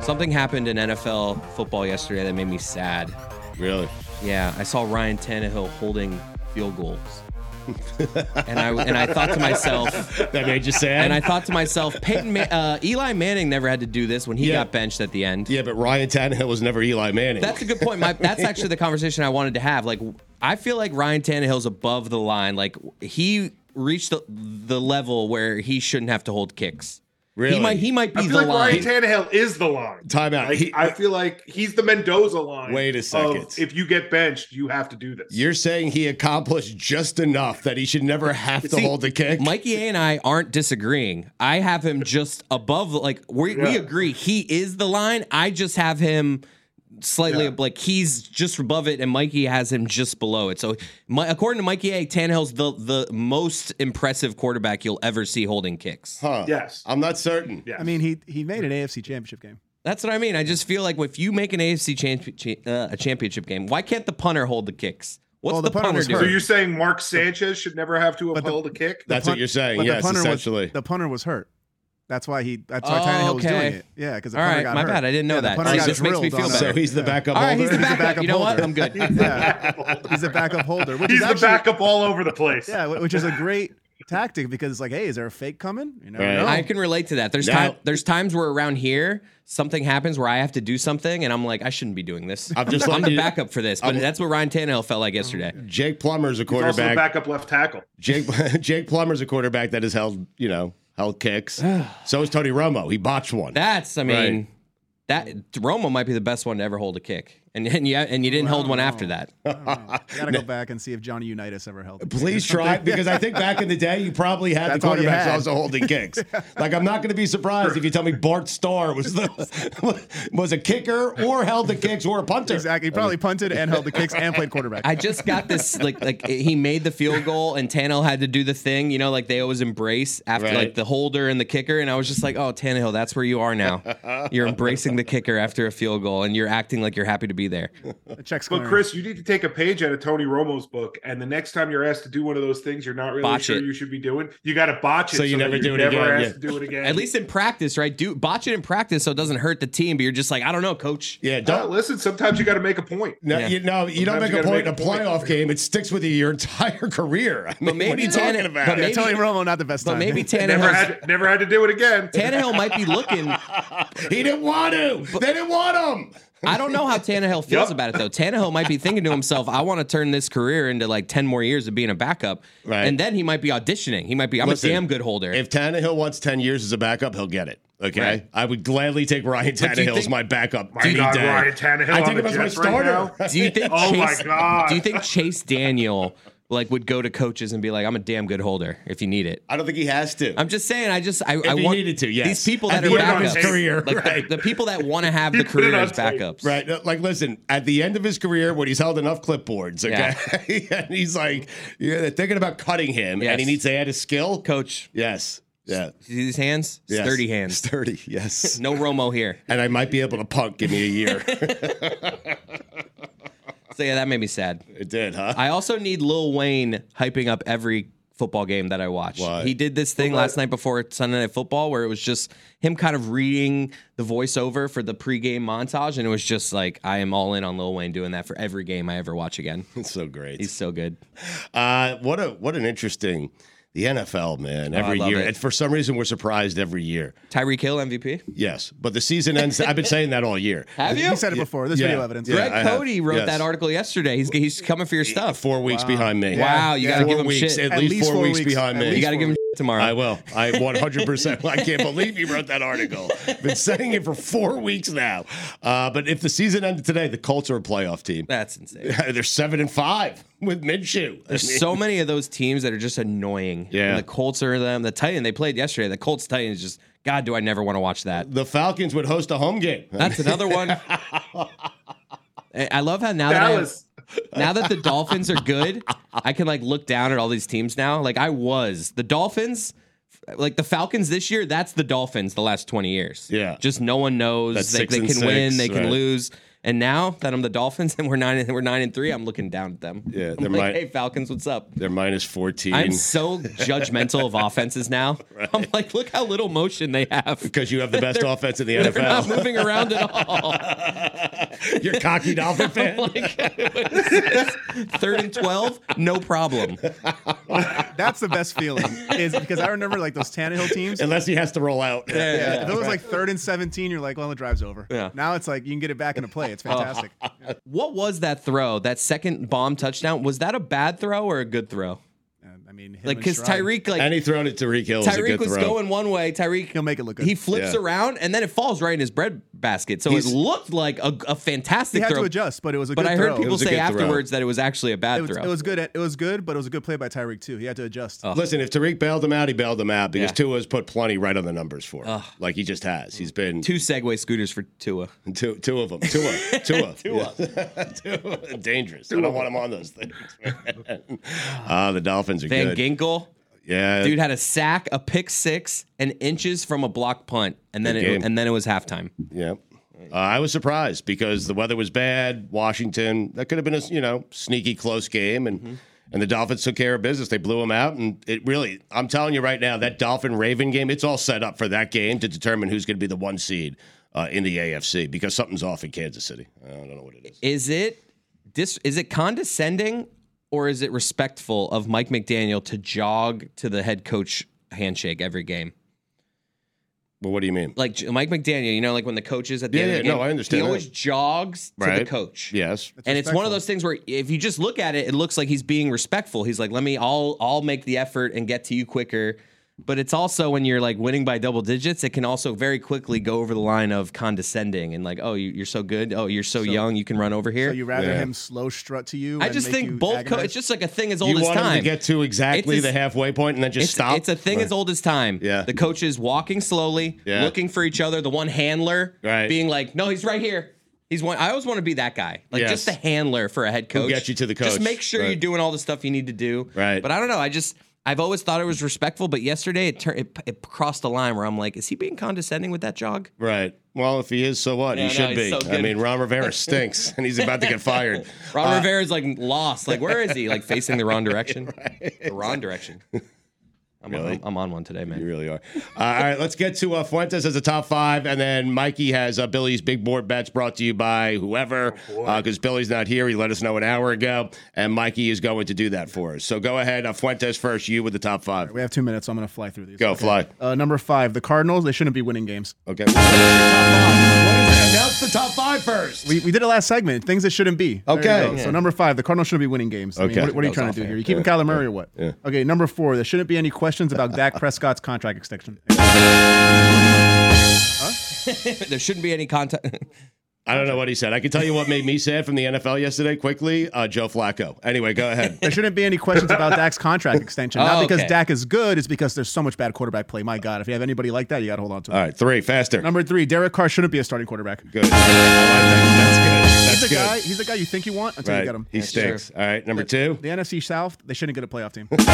Something happened in NFL football yesterday that made me sad. Really? Yeah, I saw Ryan Tannehill holding field goals. and I and I thought to myself, That made you sad. and I thought to myself, Peyton, Ma- uh, Eli Manning never had to do this when he Yeah. got benched at the end. yeah, but Ryan Tannehill was never Eli Manning. That's a good point. My, that's actually the conversation I wanted to have. Like, I feel like Ryan Tannehill's above the line. Like, he reached the, the level where he shouldn't have to hold kicks. Really? He might. He might be I feel the like Ryan line. Tannehill is the line. Timeout. Like, He- I feel like he's the Mendoza line. Wait a of second. if you get benched, you have to do this. You're saying he accomplished just enough that he should never have to See, hold the kick? Mikey A and I aren't disagreeing. I have him just above. Like we we Yeah. agree, he is the line. I just have him slightly ab- like he's just above it, and Mikey has him just below it. So, my, according to Mikey A, Tannehill's the the most impressive quarterback you'll ever see holding kicks. huh. yes. I'm not certain. yes. I mean, he he made an AFC championship game. That's what I mean. I just feel like if you make an AFC champ- cha- uh, a championship game, why can't the punter hold the kicks? What's Well, the, the punter punter, was doing? so you're saying Mark Sanchez should never have to But the- uphold a kick? That's what you're saying. but Yes, the punter essentially. Was, the punter was hurt. That's why he. That's why Oh, Tannehill was doing okay. it. Yeah, because the All punter right, got my hurt. bad. I didn't know yeah, that. The punter Oh, got this makes me drilled feel on better. So that. he's the Yeah. backup All holder. right, he's the He's the backup. backup you know what? holder. I'm good. Yeah, he's a backup holder, which He's is the actually, backup all over the place. Yeah, wh- which is a great tactic because it's like, hey, is there a fake coming? You never Right. know. I can relate to that. There's Oh. Now- time, there's times where around here something happens where I have to do something and I'm like I shouldn't be doing this. I'm just I'm letting the you- backup for this, but I'm- that's what Ryan Tannehill felt like yesterday. Jake Plummer's a He's also the quarterback. backup left tackle. Jake Jake Plummer's a quarterback that has held, you know, held kicks. so is Tony Romo. He botched one. That's I mean Right. that Romo might be the best one to ever hold a kick, and and you and you didn't hold one after that. I gotta go back and see if Johnny Unitas ever held. it. Please try because I think back in the day you probably had That's the all you quarterbacks had. also holding kicks. Like I'm not going to be surprised if you tell me Bart Starr was the was a kicker or held the kicks or a punter. Exactly. He probably punted and held the kicks and played quarterback. I just got this like like he made the field goal and Tannehill had to do the thing, you know, like they always embrace after Right. like the holder and the kicker, and I was just like, oh Tannehill, that's where you are now. You're embracing the kicker after a field goal, and you're acting like you're happy to be there. The checks But clearing. Chris, you need to take a page out of Tony Romo's book, and the next time you're asked to do one of those things, you're not really Botch sure it. you should be doing. You got to botch it, So you that never you're do it Never again, asked yeah. to do it again. At least in practice, right? Do botch it in practice so it doesn't hurt the team, but you're just like, I don't know, coach. Yeah, No, don't listen. Sometimes you got to make a point. no, Yeah. you no, you don't Sometimes make you a gotta point in a make a point. playoff game. It sticks with you your entire career. I mean, what maybe are you talking Tannehill- about? but yeah, maybe- Tony Romo, not the best But time. maybe Never Tannehill had, never had to do it again. Tannehill might be looking. he didn't want to. they didn't want him. I don't know how Tannehill feels Yup. about it though. Tannehill might be thinking to himself, "I want to turn this career into like ten more years of being a backup." Right. And then he might be auditioning. He might be, "I'm Listen, a damn good holder." If Tannehill wants 10 years as a backup, he'll get it. Okay. Right. I would gladly take Ryan But do you Tannehill as think- my backup. My any God, day. Ryan Tannehill I on think the him as my Jets right starter. now? do you think? Oh my Chase, God. Do you think Chase Daniel like would go to coaches and be like, "I'm a damn good holder if you need it." I don't think he has to. I'm just saying. I just I, I he want needed to, yes. these people At that the are end of backups, his career, like the- right. the, people that want to have the put it career on as tape. backups, Right. uh, Like, listen, at the end of his career, when he's held enough clipboards, okay, and he's like, yeah, they're thinking about cutting him Yes. and he needs to add a skill. Coach? Yes. Yeah. See these hands? Yes. Sturdy hands. Sturdy. Yes. No Romo here. And I might be able to punk. Give me a year. So yeah, that made me sad. it did, huh? I also need Lil Wayne hyping up every football game that I watched. What? He did this thing last night before Sunday Night Football where it was just him kind of reading the voiceover for the pregame montage, and it was just like, I am all in on Lil Wayne doing that for every game I ever watch again. It's so great. He's so good. Uh, what a what an interesting the NFL man. Oh, I Every love year, it. and for some reason, we're surprised every year. Tyreek Hill MVP. Yes, but the season ends. I've been saying that all year. Have you? He said it before. There's Yeah. video evidence. Yeah, Greg I have. Cody wrote Yes. that article yesterday. He's he's coming for your stuff. Four weeks behind me. Wow, you gotta Four give him weeks, shit. At, least, four, weeks, behind At me. least You gotta give him shit tomorrow. I will. I 100%. I can't believe you wrote that article. Been saying it for four weeks now. Uh, but if the season ended today, the Colts are a playoff team. That's insane. They're seven and five with Minshew. I There's mean, so many of those teams that are just annoying. Yeah. And the Colts are them. The Titan they played yesterday. The Colts Titans just God, do I never want to watch that? the Falcons would host a home game. That's another one. I I love how now that, I- Dallas. now that the Dolphins are good, I can like look down at all these teams now. Like I was the Dolphins, like the Falcons this year. That's the Dolphins the last twenty years. Yeah. just no one knows. That's they six they and can win, six, they can right. lose. And now that I'm the Dolphins and we're nine and we're nine and three, I'm looking down at them. Yeah, I'm they're like, right. hey Falcons, what's up? They're minus 14. I'm so judgmental of offenses now. I'm like, look how little motion they have. because you have the best offense in the They're not NFL. moving around at all. You're cocky Dolphin fan. Third and twelve, no problem. That's the best feeling is because I remember like those Tannehill teams. Unless he has to roll out. Yeah, if it was like third and 17, you're like, well, the drive's over. Yeah. Oh. Now it's like you can get it back into play. It's fantastic. What was that throw? That second bomb touchdown? Was that a bad throw or a good throw? And, I mean, him Like and because Stroud, Tyreek, And like he thrown it to Reek Hill. It was a Tyreek good was throw. going one way. Tyreek He'll make it look good. He flips Yeah. around and then it falls right in his bread basket. So He's- it looked like a, a fantastic He had throw. to adjust, but it was a but good I heard throw. people was a say good throw. afterwards that it was actually a bad it was, throw. Oh, it was good. It was good, but it was a good play by Tyreek too. He had to adjust. Listen, if Tariq bailed him out, he bailed him out because Yeah. Tua's put plenty right on the numbers for him. Like he just has. He's been Two Segway scooters for Tua. Two, two of them. Tua. Tua. Tua. Tua. Dangerous. I don't want him on those things. man. Ah, the Dolphins are Van good. Ginkel, yeah. dude had a sack, a pick six, and inches from a block punt, and then Good it, game. and then it was halftime. Yeah. Uh, I was surprised because the weather was bad. Washington, that could have been a you know sneaky close game, and and the Dolphins took care of business. They blew them out, and it really, I'm telling you right now, that Dolphin Raven game, it's all set up for that game to determine who's going to be the one seed uh, in the AFC because something's off in Kansas City. I don't know what it is. Is it dis- is it condescending or is it respectful of Mike McDaniel to jog to the head coach handshake every game? Well, what do you mean? Like J- Mike McDaniel, you know, like when the coach is at the Yeah, end of the yeah, game, no, I understand he that. always jogs to the Right. coach. Yes. and it's one of those things where if you just look at it, it looks like he's being respectful. He's like, "Let me, I'll, I'll make the effort and get to you quicker." But it's also when you're like winning by double digits, it can also very quickly go over the line of condescending and like, "Oh, you- you're so good. Oh, you're so, young. You can run over here." So you rather Yeah. him slow strut to you. I and just make you think both. Co- agonize? it's just like a thing as old You as want time. them to get to exactly It's a- the halfway point and then just it's, stop. it's a thing as old as time. Yeah. The coaches walking slowly, Yeah. looking for each other. The one handler Right. being like, "No, he's right here." He's one. I always want to be that guy, like Yes. just the handler for a head coach. gets you to the Just coach. make sure Right. you're doing all the stuff you need to do. Right. But I don't know. I just I've always thought it was respectful, but yesterday it turned it, it crossed the line where I'm like, is he being condescending with that jog? Right. Well, if he is, so what? Yeah, he no, should he's be. so I good. mean, Ron Rivera stinks, and he's about to get fired. Uh, Ron Rivera's like lost. Like where is he? Like facing the wrong direction. The wrong direction. I'm, on- Really? I'm on one today, man. You really are. Uh, all right, let's get to uh, Fuentes as a top five, and then Mikey has uh, Billy's big board bets brought to you by whoever, Oh, because Billy's not here. He let us know an hour ago, and Mikey is going to do that for us. So go ahead, uh, Fuentes first. You with the top five. we have two minutes, so I'm going to fly through these. Go Okay. fly. Uh, number five, the Cardinals. They shouldn't be winning games. Okay. Top five. Announce the top five first. We, we did it last segment. Things that shouldn't be. There you go. Okay. So number five, the Cardinals shouldn't be winning games. I mean, Okay. what, what are you That was trying off to do air. here? You keeping Kyler Murray or what? Okay. Number four, there shouldn't be any questions about Dak Prescott's contract extension. there shouldn't be any contact. I don't know what he said. I can tell you what made me sad from the NFL yesterday quickly. Uh, Joe Flacco. Anyway, go ahead. There shouldn't be any questions about Dak's contract extension. Not Oh, because okay. Dak is good, it's because there's so much bad quarterback play. My God, if you have anybody like that, you got to hold on to. it. All right, three faster. Number three, Derek Carr shouldn't be a starting quarterback. good. I like that. That's He's good. a guy. That's He's a guy you think you want until good. you Right. get him. He stinks. All right, number two. The NFC South, they shouldn't get a playoff team. we should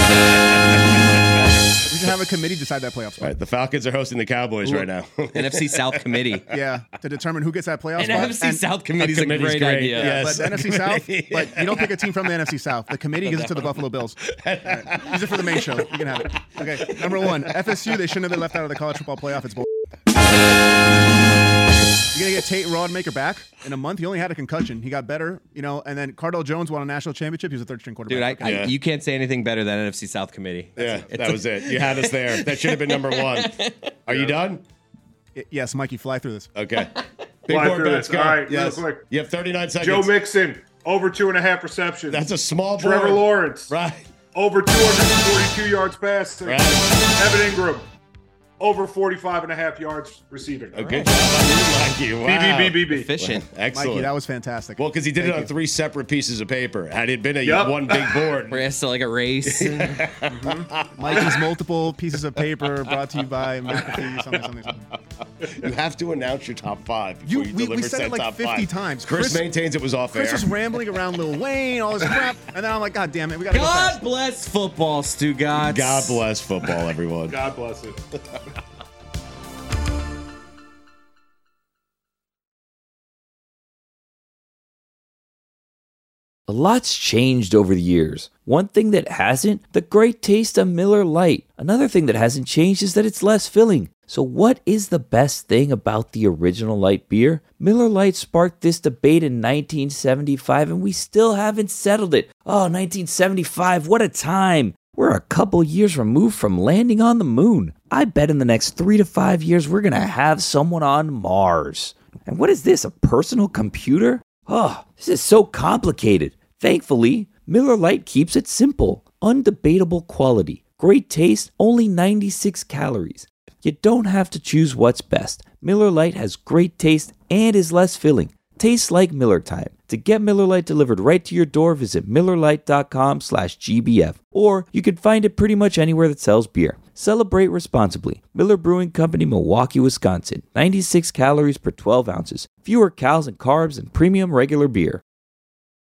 should have a committee decide that playoff spot. Right, the Falcons are hosting the Cowboys Ooh. right now. NFC South committee. Yeah, to determine who gets that playoff spot. NFC South committee committee's is a great, committee's great, idea. Yeah, Yes, but the a NFC South, committee. but you don't pick a team from the NFC South. The committee gives it to the Buffalo Bills. All right. Use it for the main show. You can have it. Okay, number one, FSU. They shouldn't have been left out of the college football playoff. It's bull. You're gonna get Tate Rodmaker back in a month. He only had a concussion. He got better, you know. And then Cardell Jones won a national championship. He was a third string quarterback. Dude, I, I, Yeah. you can't say anything better than NFC South committee. yeah, that was it. You had us there. That should have been number one. Are you done? I- yes, Mikey, fly through this. Okay. Big Fly board through bets this. go. All right, real yes. quick. You have 39 seconds. Joe Mixon, over two and a half receptions. That's a small board. Trevor Lawrence, Right. over 242 yards passing. Right. Evan Ingram, over 45 and a half yards receiving. A good job on you, Mikey. Wow. BBBBB. efficient. Excellent. Mikey, that was fantastic. well, because he did it on three separate pieces of paper. Had it been a Yup. one big board, We're still like a race. Mikey's multiple pieces of paper brought to you by McAfee. Something, something, something. you have to announce your top five You- before we- you, we deliver said it said like top 50 five. times. Chris, Chris- maintains it was off Chris air. was rambling around Lil Wayne, all this crap, and then I'm like, God damn it, we gotta go God fast. bless football, Stu Gotts. God bless football, everyone. God bless it. A lot's changed over the years. One thing that hasn't, the great taste of Miller Lite. Another thing that hasn't changed is that it's less filling. So, what is the best thing about the original light beer? Miller Lite sparked this debate in 1975, and we still haven't settled it. Oh, 1975, what a time! We're a couple years removed from landing on the moon. I bet in the next three to five years, we're gonna have someone on Mars. And what is this, a personal computer? Oh, this is so complicated. Thankfully, Miller Lite keeps it simple, undebatable quality, great taste, only 96 calories. You don't have to choose what's best. Miller Lite has great taste and is less filling. Tastes like Miller time. To get Miller Lite delivered right to your door, visit MillerLite.com slash GBF. Or you can find it pretty much anywhere that sells beer. Celebrate responsibly. Miller Brewing Company, Milwaukee, Wisconsin. 96 calories per 12 ounces. Fewer calories and carbs than premium regular beer.